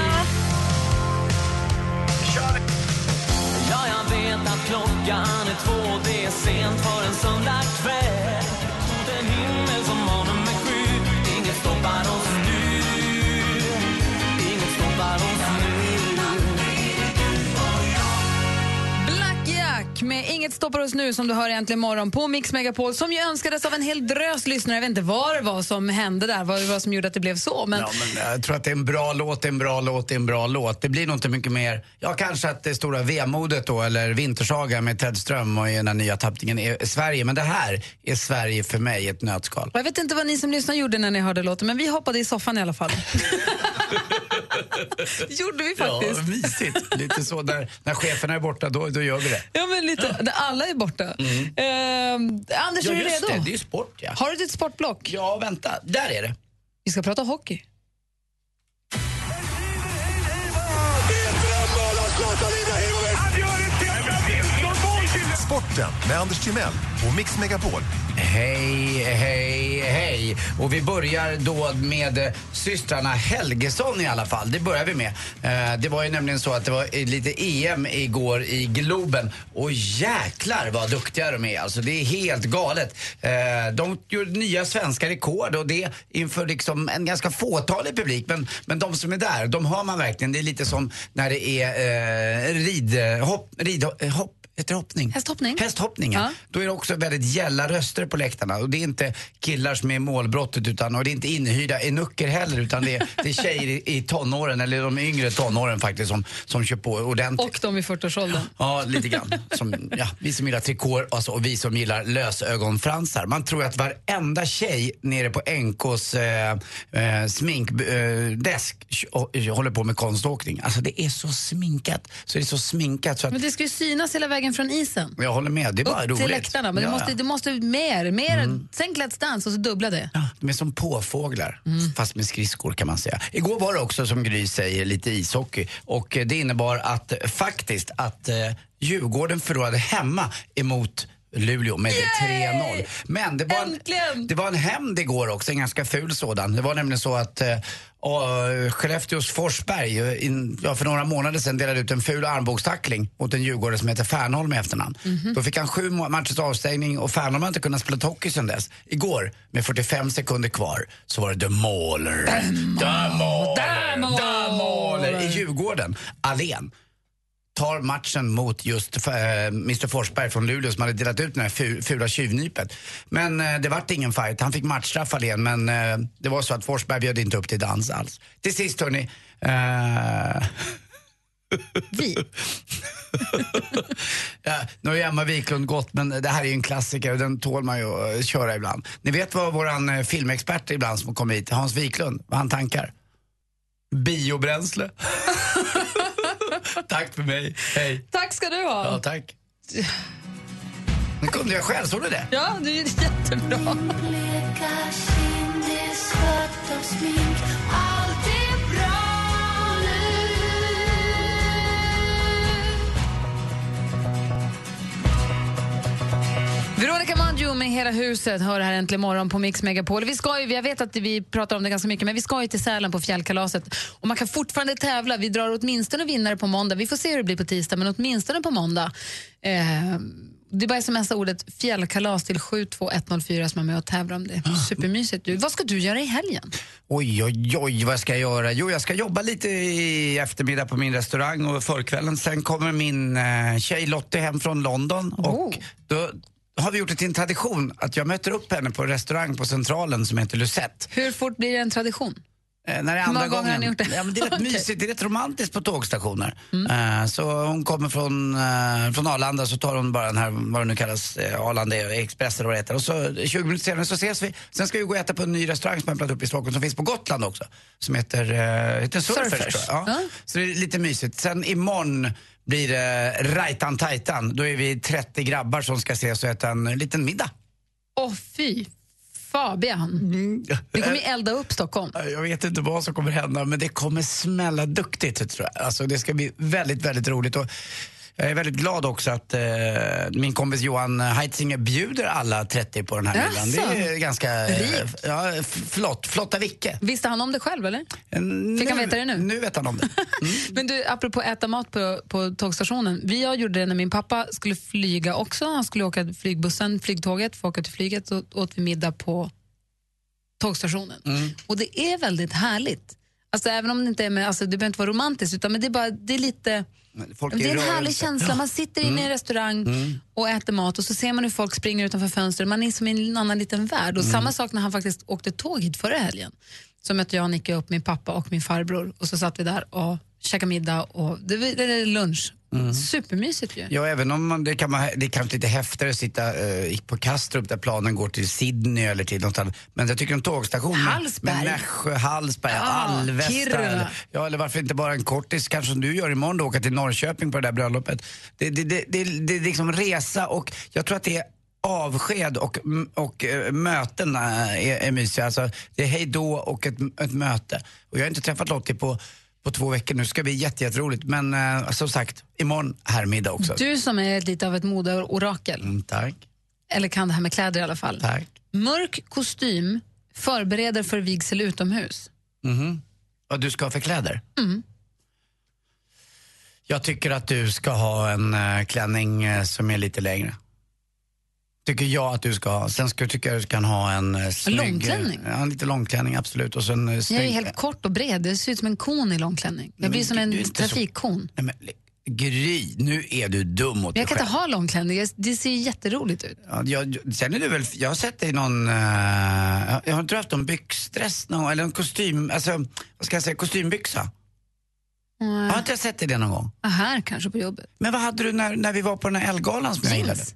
[SPEAKER 12] Ja, jag vet
[SPEAKER 17] vet att klockan är två, det är sent för en söndagkväll. Mot en himmel som har nummer sju, inget stoppar oss nu. Inget stoppar oss
[SPEAKER 5] Black Jack med Inget stoppar oss nu som du hör egentligen imorgon på Mix Megapol som ju önskades av en hel drös lyssnare. Jag vet inte vad det var som hände där, vad det var som gjorde att det blev så. Men...
[SPEAKER 7] Ja, men eh, jag tror att det är en bra låt, det är en bra låt, det är en bra låt. Det blir nog inte mycket mer. Ja, kanske att det stora vemodet då, eller Vintersaga med Ted Ström och i den här nya tappningen är Sverige. Men det här är Sverige för mig i ett nötskal.
[SPEAKER 5] Och Jag vet inte vad ni som lyssnar gjorde när ni hörde låten, men vi hoppade i soffan i alla fall. Det gjorde vi faktiskt.
[SPEAKER 7] Ja, mysigt. Lite så där, när cheferna är borta, då, då gör vi det.
[SPEAKER 5] Ja, men lite. där Alla är borta. Ehm,
[SPEAKER 7] Mm.
[SPEAKER 5] Anders,
[SPEAKER 7] ja,
[SPEAKER 5] är du
[SPEAKER 7] just
[SPEAKER 5] redo?
[SPEAKER 7] Det, det är ju sport ja.
[SPEAKER 5] Har du ditt sportblock?
[SPEAKER 7] Ja, vänta. Där är det.
[SPEAKER 5] Vi ska prata hockey.
[SPEAKER 10] Sporten med Anders Timell och Mix Megapol.
[SPEAKER 7] Hej, hej, hej. Och vi börjar då med eh, systrarna Helgesson i alla fall. Det börjar vi med. Eh, Det var ju nämligen så att det var eh, lite EM igår i Globen. Och jäklar vad duktiga de är. Alltså det är helt galet. Eh, De gjorde nya svenska rekord och det inför liksom en ganska fåtalig publik. Men, men de som är där, de hör man verkligen. Det är lite som när det är eh, ridhopp, ridhopp eh, Heter det hoppning?
[SPEAKER 5] Hästhoppning.
[SPEAKER 7] Hästhoppning, ja. Då är det också väldigt gälla röster på läktarna. Och det är inte killar som är i målbrottet utan, och det är inte inhyrda enucker heller utan det är, det är tjejer i, i tonåren, eller de yngre tonåren faktiskt, som, som kör på ordentligt.
[SPEAKER 5] Och de i 40-årsåldern.
[SPEAKER 7] Ja, lite grann. Som, ja, vi som gillar trikåer alltså, och vi som gillar lösögonfransar. Man tror att varenda tjej nere på NKs eh, eh, sminkdesk eh, håller på med konståkning. Alltså det är så sminkat. Så det är så sminkat så att
[SPEAKER 5] Men det ska ju synas hela vägen från isen.
[SPEAKER 7] jag håller med, det är bara
[SPEAKER 5] Upp
[SPEAKER 7] roligt.
[SPEAKER 5] till läktarna. Men
[SPEAKER 7] Ja, Mm.
[SPEAKER 5] du,
[SPEAKER 7] ja.
[SPEAKER 5] måste, du måste mer. mer Sänk Let's Dance och så dubbla det.
[SPEAKER 7] De är som påfåglar, fast med skridskor kan man säga. Igår var det också, som Gry säger, lite ishockey. Och eh, det innebar att eh, faktiskt att eh, Djurgården förlorade hemma emot Luleå med 3-0. Men det var, en, det var en hämnd igår också, en ganska ful sådan. Det var nämligen så att eh, och eh, Skellefteås Forsberg eh, in, ja, för några månader sedan delade ut en ful armbågstackling mot en djurgårdare som heter Fernholm i efternamn. Då fick han sju ma- matchers avstängning och Fernholm har inte kunnat spela hockey sedan dess. Igår, med 45 sekunder kvar, så var det The Mauler. The Mauler! The Mauler! I Djurgården, Allén tar matchen mot just eh, Mr Forsberg från Luleå som hade delat ut den här fu- fula tjuvnypet. Men eh, det vart ingen fight. Han fick matchstraff igen men eh, det var så att Forsberg bjöd inte upp till dans alls. Till sist hörni. Eh...
[SPEAKER 5] Vi?
[SPEAKER 7] ja, nu har ju Emma Wiklund gått men det här är ju en klassiker och den tål man ju att eh, köra ibland. Ni vet vad våran eh, filmexpert ibland som kommer hit, Hans Wiklund, vad han tankar? Biobränsle. Tack för mig, hej.
[SPEAKER 5] Tack ska du ha.
[SPEAKER 7] Ja, tack. Nu kunde jag själv, såg du det?
[SPEAKER 5] Ja, det är jättebra. Veronica Maggio med Hela huset hör här äntligen morgon på Mix Megapol. Vi ska ju, jag vet att vi pratar om det ganska mycket, men vi ska ju till Sälen på fjällkalaset. Och man kan fortfarande tävla. Vi drar åtminstone vinnare på måndag. Vi får se hur det blir på tisdag, men åtminstone på måndag. Eh, det är bara att smsa ordet fjällkalas till 72104 som är med och tävlar om det. Supermysigt. Du, vad ska du göra i helgen?
[SPEAKER 7] Oj, oj, oj, vad ska jag göra? Jo, jag ska jobba lite i eftermiddag på min restaurang och förkvällen. Sen kommer min eh, tjej Lottie hem från London
[SPEAKER 5] Oh.
[SPEAKER 7] och då har vi gjort det till en tradition att jag möter upp henne på en restaurang på Centralen som heter Lucette.
[SPEAKER 5] Hur fort blir det en tradition?
[SPEAKER 7] Eh, när det är
[SPEAKER 5] Hur
[SPEAKER 7] andra
[SPEAKER 5] många gånger har
[SPEAKER 7] gången.
[SPEAKER 5] ni gjort det?
[SPEAKER 7] Ja, men det är rätt
[SPEAKER 5] Okej. Mm.
[SPEAKER 7] mysigt, det är rätt romantiskt på tågstationer. Eh, så hon kommer från, eh, från Arlanda så tar hon bara den här, vad det nu kallas, eh, Arlanda Express eller vad det heter. Och så 20 minuter senare så ses vi. Sen ska vi gå och äta på en ny restaurang som har öppnat upp i Stockholm som finns på Gotland också. Som heter, eh, heter Surfers,
[SPEAKER 5] Surfers.
[SPEAKER 7] tror jag. Ja. Så det är lite mysigt. Sen imorgon blir det Rajtan Tajtan. Då är vi 30 grabbar som ska ses och äta en liten middag.
[SPEAKER 5] Åh, fy Fabian.
[SPEAKER 7] Mm.
[SPEAKER 5] Du kommer ju elda upp Stockholm.
[SPEAKER 7] Jag vet inte vad som kommer hända, men det kommer smälla duktigt tror jag. Alltså, det ska bli väldigt, väldigt roligt. Och Jag är väldigt glad också att eh, min kompis Johan Heitzinger bjuder alla 30 på den här middagen.
[SPEAKER 5] Jaså?
[SPEAKER 7] Det är ganska... eh,
[SPEAKER 5] Rikt.
[SPEAKER 7] Ja, f- flott. Flotta Vicke.
[SPEAKER 5] Visste han om det själv eller? Fick han veta det nu?
[SPEAKER 7] Nu vet han om det.
[SPEAKER 5] Men du, apropå äta mat på, på tågstationen. Vi jag gjorde det när min pappa skulle flyga också. Han skulle åka flygbussen, flygtåget, för att åka till flyget. Så åt vi middag på tågstationen.
[SPEAKER 7] Mm.
[SPEAKER 5] Och det är väldigt härligt. Alltså även om det inte är med, alltså det behöver inte vara romantiskt, utan men det är bara, det är lite...
[SPEAKER 7] folk är
[SPEAKER 5] det är en
[SPEAKER 7] i
[SPEAKER 5] härlig
[SPEAKER 7] rörelse.
[SPEAKER 5] känsla.
[SPEAKER 7] Ja.
[SPEAKER 5] Man sitter inne i en
[SPEAKER 7] Mm.
[SPEAKER 5] restaurang
[SPEAKER 7] Mm.
[SPEAKER 5] och äter mat och så ser man hur folk springer utanför fönstret. Man är som i en annan liten värld. Och
[SPEAKER 18] Mm.
[SPEAKER 5] samma sak när han faktiskt åkte tåg hit förra helgen. Så mötte jag och Nicke upp min pappa och min farbror och så satt vi där och käkade middag och det var det var lunch.
[SPEAKER 7] Mm.
[SPEAKER 5] Supermysigt ju.
[SPEAKER 7] Ja, även om man, det, kan man, det är kanske lite häftigare att sitta eh, på Kastrup där planen går till Sydney eller till något annat. Men jag tycker en tågstation med-
[SPEAKER 5] Hallsberg.
[SPEAKER 7] med Nässjö, Hallsberg,
[SPEAKER 5] Ja,
[SPEAKER 7] Alvesta.
[SPEAKER 5] Kiruna.
[SPEAKER 7] Eller, ja, eller varför inte bara en kortis kanske som du gör imorgon då, åka till Norrköping på det där bröllopet. Det, det, det, det, det är liksom resa och jag tror att det är avsked och, m- och eh, möten eh, är, är mysiga. Alltså, det är hej då och ett, ett möte. Och jag har inte träffat Lottie på på två veckor nu. ska det bli jätte- jätteroligt. Men eh, som sagt, imorgon härmiddag också.
[SPEAKER 5] Du som är lite av ett modeorakel,
[SPEAKER 7] Mm, tack.
[SPEAKER 5] eller kan det här med kläder i alla fall.
[SPEAKER 7] Tack.
[SPEAKER 5] Mörk kostym förbereder för vigsel utomhus.
[SPEAKER 7] Mhm. Vad du ska ha för kläder?
[SPEAKER 5] Mm.
[SPEAKER 7] Jag tycker att du ska ha en eh, klänning eh, som är lite längre. Tycker jag att du ska ha. Sen ska, tycker jag du kan ha en uh, snygg...
[SPEAKER 5] långklänning?
[SPEAKER 7] Ja, en lite långklänning, absolut. Och sen, uh, snygg...
[SPEAKER 5] Jag är ju helt kort och bred, det ser ut som en kon i långklänning. Jag
[SPEAKER 7] Men
[SPEAKER 5] blir som
[SPEAKER 7] du-
[SPEAKER 5] en
[SPEAKER 7] du är inte så-
[SPEAKER 5] trafikkon.
[SPEAKER 7] Nej, men, le- Gry, nu är du dum mot
[SPEAKER 5] Men jag
[SPEAKER 7] dig
[SPEAKER 5] kan inte
[SPEAKER 7] själv.
[SPEAKER 5] ha långklänning, Jag- det ser ju jätteroligt ut.
[SPEAKER 7] Ja, jag, sen är du väl, jag har sett dig i någon, eh, jag- jag har inte haft någon byxdress någon, eller en kostym, alltså vad ska jag säga, kostymbyxa?
[SPEAKER 5] Mm.
[SPEAKER 7] Har inte jag sett dig i det någon gång?
[SPEAKER 5] Ah, Här kanske på jobbet.
[SPEAKER 7] Men vad hade du när, när vi var på den här Ellegalan som jag
[SPEAKER 5] Jeans.
[SPEAKER 7] gillade?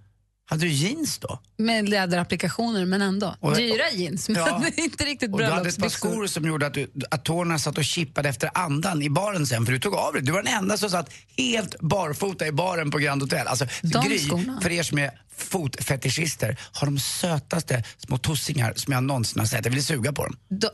[SPEAKER 7] Hade du jeans då?
[SPEAKER 5] Med läderapplikationer, men ändå.
[SPEAKER 7] Och-
[SPEAKER 5] Dyra jeans, men
[SPEAKER 7] Ja.
[SPEAKER 5] inte riktigt
[SPEAKER 7] Och du hade ett par
[SPEAKER 5] bröllopsbyxor.
[SPEAKER 7] skor som gjorde att, du, att tårna satt och chippade efter andan i baren sen för du tog av dig. Du var den enda som satt helt barfota i baren på Grand Hotel. Alltså,
[SPEAKER 5] De
[SPEAKER 7] Gry,
[SPEAKER 5] skorna.
[SPEAKER 7] för er som är fotfetischister, har de sötaste små tossingar som jag någonsin har sett. Jag vill suga på dem.
[SPEAKER 5] De,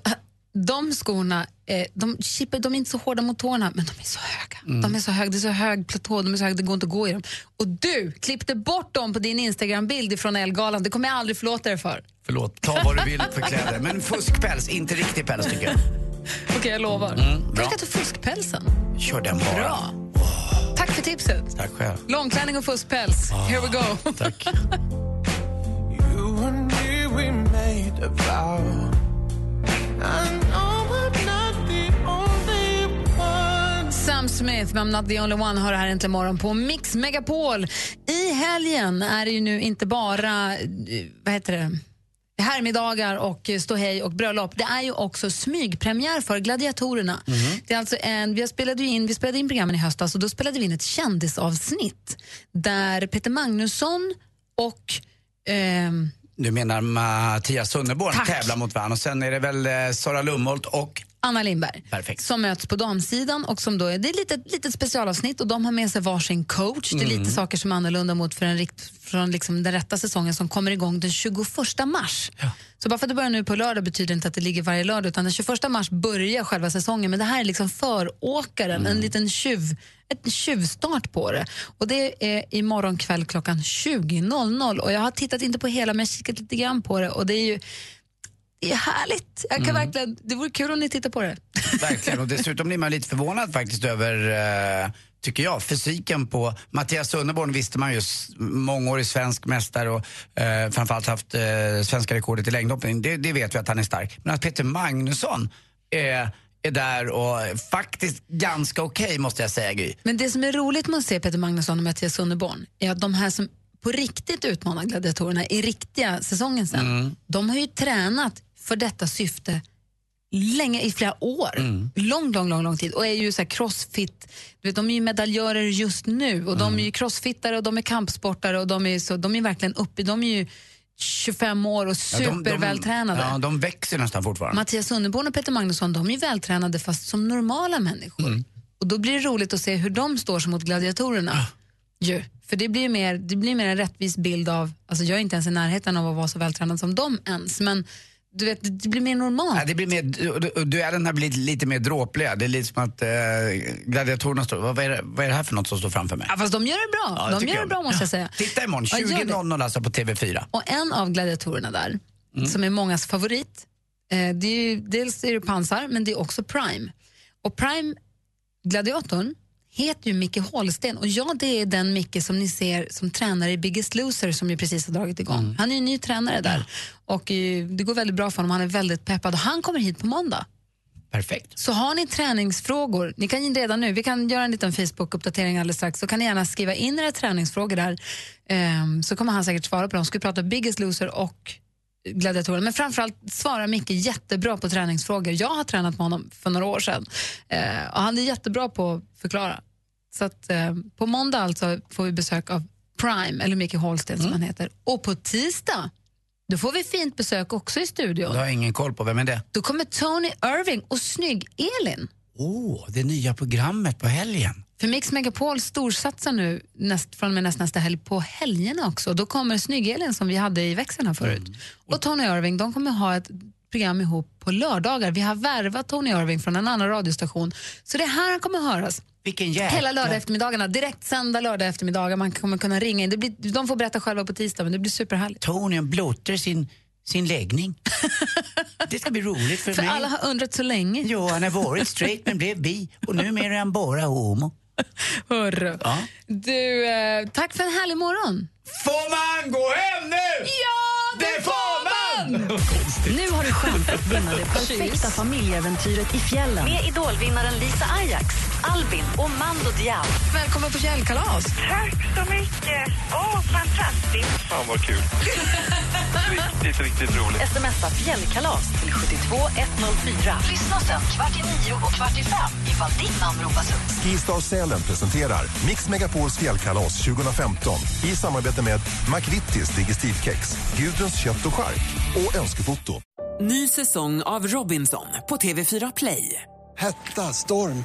[SPEAKER 5] de skorna, eh, de, chipper, de är inte så hårda mot tårna, men de är så höga.
[SPEAKER 7] Mm.
[SPEAKER 5] De är så höga, det är så hög platå, de är så höga, det går inte att gå i dem. Och du klippte bort dem på din Instagram-bild från Ellegalan. Det kommer jag aldrig förlåta dig för.
[SPEAKER 7] Förlåt, ta vad du vill för kläder. Men fuskpäls, inte riktig päls tycker jag.
[SPEAKER 5] Okej, jag lovar.
[SPEAKER 7] Mm, bra.
[SPEAKER 5] Tänk att du fuskpälsen.
[SPEAKER 7] Kör den bara.
[SPEAKER 5] Bra. Tack för tipset.
[SPEAKER 7] Tack själv.
[SPEAKER 5] Långklänning och fuskpäls.
[SPEAKER 7] Ah,
[SPEAKER 5] Here we go.
[SPEAKER 7] Tack.
[SPEAKER 17] You and me, we made a vow. I know I'm not the only one.
[SPEAKER 5] Sam Smith med I'm not the only one har det här äntligen morgon på Mix Megapol. I helgen är det ju nu inte bara eh, vad heter det? härmiddagar och eh, ståhej och bröllop. Det är ju också smygpremiär för Gladiatorerna. Det är alltså en, vi, spelade ju in, vi spelade in programmen i höstas och då spelade vi in ett kändisavsnitt där Peter Magnusson och ehm,
[SPEAKER 7] Du menar Mattias Sunneborn
[SPEAKER 5] Tack.
[SPEAKER 7] tävlar mot varandra och sen är det väl eh, Sara Lumholt och
[SPEAKER 5] Anna Lindberg.
[SPEAKER 7] Perfekt.
[SPEAKER 5] som möts på damsidan. Och som då är, det är ett litet, litet specialavsnitt och de har med sig varsin coach. Det är
[SPEAKER 18] Mm.
[SPEAKER 5] lite saker som är annorlunda mot för en rikt, från liksom den rätta säsongen som kommer igång den 21 mars. Så bara för att det börjar nu på lördag betyder det inte att det ligger varje lördag utan den 21 mars börjar själva säsongen. Men det här är liksom föråkaren,
[SPEAKER 7] Mm.
[SPEAKER 5] en liten tjuv, ett tjuvstart på det. Och det är imorgon kväll klockan 20.00 och jag har tittat inte på hela men jag har kikat lite grann på det och det är ju det är härligt. Jag kan
[SPEAKER 7] Mm.
[SPEAKER 5] verkligen, det vore kul om ni tittar på det.
[SPEAKER 7] Verkligen, och dessutom blir man lite förvånad faktiskt över, eh, tycker jag, fysiken på Mattias Sunneborn visste man ju, s- mångårig svensk mästare och eh, framförallt haft eh, svenska rekordet i längdhoppning. Det, det vet vi att han är stark. Men att Peter Magnusson eh, är där och faktiskt ganska okej måste jag säga Gry.
[SPEAKER 5] Men det som är roligt med att se Peter Magnusson och Mattias Sunderborn är att de här som på riktigt utmanar gladiatorerna i riktiga säsongen sen,
[SPEAKER 18] Mm.
[SPEAKER 5] de har ju tränat för detta syfte länge, i flera år.
[SPEAKER 7] Mm.
[SPEAKER 5] Lång, lång, lång, lång tid. Och är ju så här crossfit, du vet, de är ju medaljörer just nu och de är
[SPEAKER 7] Mm.
[SPEAKER 5] ju crossfittare och de är kampsportare och de är, så, de är verkligen uppe, de är ju 25 år och
[SPEAKER 7] Ja, de- de-
[SPEAKER 5] supervältränade.
[SPEAKER 7] Ja, de växer nästan fortfarande.
[SPEAKER 5] Mattias Sunderborn och Peter Magnusson de är ju vältränade fast som normala människor.
[SPEAKER 7] Mm.
[SPEAKER 5] Och Då blir det roligt att se hur de står sig mot gladiatorerna.
[SPEAKER 7] Ah.
[SPEAKER 5] Ju. För det blir ju mer, det blir mer en rättvis bild av... Alltså jag är inte ens i närheten av att vara så vältränad som de ens. Men du vet, det blir mer normalt.
[SPEAKER 7] Ja, det blir mer, du- du- duellen har blivit lite mer dråpliga. Det är lite som att eh, gladiatorerna står... Vad vad är, det, vad är det här för något som står framför mig?
[SPEAKER 5] Ja, fast de gör det bra.
[SPEAKER 7] Ja, det
[SPEAKER 5] de
[SPEAKER 7] tycker
[SPEAKER 5] gör det
[SPEAKER 7] jag.
[SPEAKER 5] bra måste jag säga.
[SPEAKER 7] Titta imorgon,
[SPEAKER 5] Ja, gör det.
[SPEAKER 7] 20.00 alltså på TV4.
[SPEAKER 5] Och en av gladiatorerna där,
[SPEAKER 7] Mm.
[SPEAKER 5] som är mångas favorit, eh, det är ju, dels är det pansar, men det är också Prime. Och Prime, gladiatorn, heter ju Micke Hålsten och ja, det är den Micke som ni ser som tränare i Biggest Loser som ju precis har dragit igång. Han är ju ny tränare där och eh, det går väldigt bra för honom, han är väldigt peppad och han kommer hit på måndag.
[SPEAKER 7] Perfekt.
[SPEAKER 5] Så har ni träningsfrågor, ni kan ju redan nu, vi kan göra en liten Facebook-uppdatering alldeles strax, så kan ni gärna skriva in era träningsfrågor där, ehm, så kommer han säkert svara på dem. Ska vi prata Biggest Loser och gladiatorerna, men framförallt svarar Micke jättebra på träningsfrågor. Jag har tränat med honom för några år sedan eh, och han är jättebra på att förklara. Så att, eh, på måndag alltså får vi besök av Prime, eller Micke Holsten som han heter, och på tisdag då får vi fint besök också i
[SPEAKER 7] Du
[SPEAKER 5] studion.
[SPEAKER 7] har ingen koll på vem är det?
[SPEAKER 5] Då kommer Tony Irving och snygg-Elin.
[SPEAKER 7] Åh, oh, det nya programmet på helgen.
[SPEAKER 5] För Mix Megapol storsatsar nu näst, från och med näst, nästa helg på helgerna också. Då kommer Snygg-Elin som vi hade i växeln här förut och Tony Irving, de kommer ha ett program ihop på lördagar. Vi har värvat Tony Irving från en annan radiostation. Så det är här han kommer höras.
[SPEAKER 7] Vilken jäkla-
[SPEAKER 5] Hela lördag eftermiddagarna, direkt sända lördag eftermiddagar. Man kommer kunna ringa in. Det blir, de får berätta själva på tisdag men det blir superhärligt.
[SPEAKER 7] Tony blotar sin, sin läggning. Det ska bli roligt för,
[SPEAKER 5] För
[SPEAKER 7] mig.
[SPEAKER 5] alla har undrat så länge.
[SPEAKER 7] Jo, han har varit straight men blev bi och numera är han bara homo.
[SPEAKER 5] Hörru.
[SPEAKER 7] Ja.
[SPEAKER 5] Du, eh, tack för en härlig morgon.
[SPEAKER 7] Får man gå hem nu?
[SPEAKER 5] Ja, det, får man!
[SPEAKER 1] Nu har du chans att vinna det perfekta familjeäventyret i fjällen med idolvinnaren Lisa Ajax, Albin och Mando Diao.
[SPEAKER 5] Välkommen på fjällkalas.
[SPEAKER 16] Tack så mycket. Åh, fantastiskt.
[SPEAKER 18] Fan vad kul. Riktigt, riktigt roligt.
[SPEAKER 1] Smsa fjällkalas till 72104. Lyssna sen kvart i nio och kvart i fem ifall ditt namn ropas upp.
[SPEAKER 10] Skistar Sälen presenterar Mix Megapols fjällkalas 2015 i samarbete med McVittys Digestivkex, Gudruns kött och skark och Önskefoto.
[SPEAKER 19] Ny säsong av Robinson på TV4 Play.
[SPEAKER 20] Hetta, storm,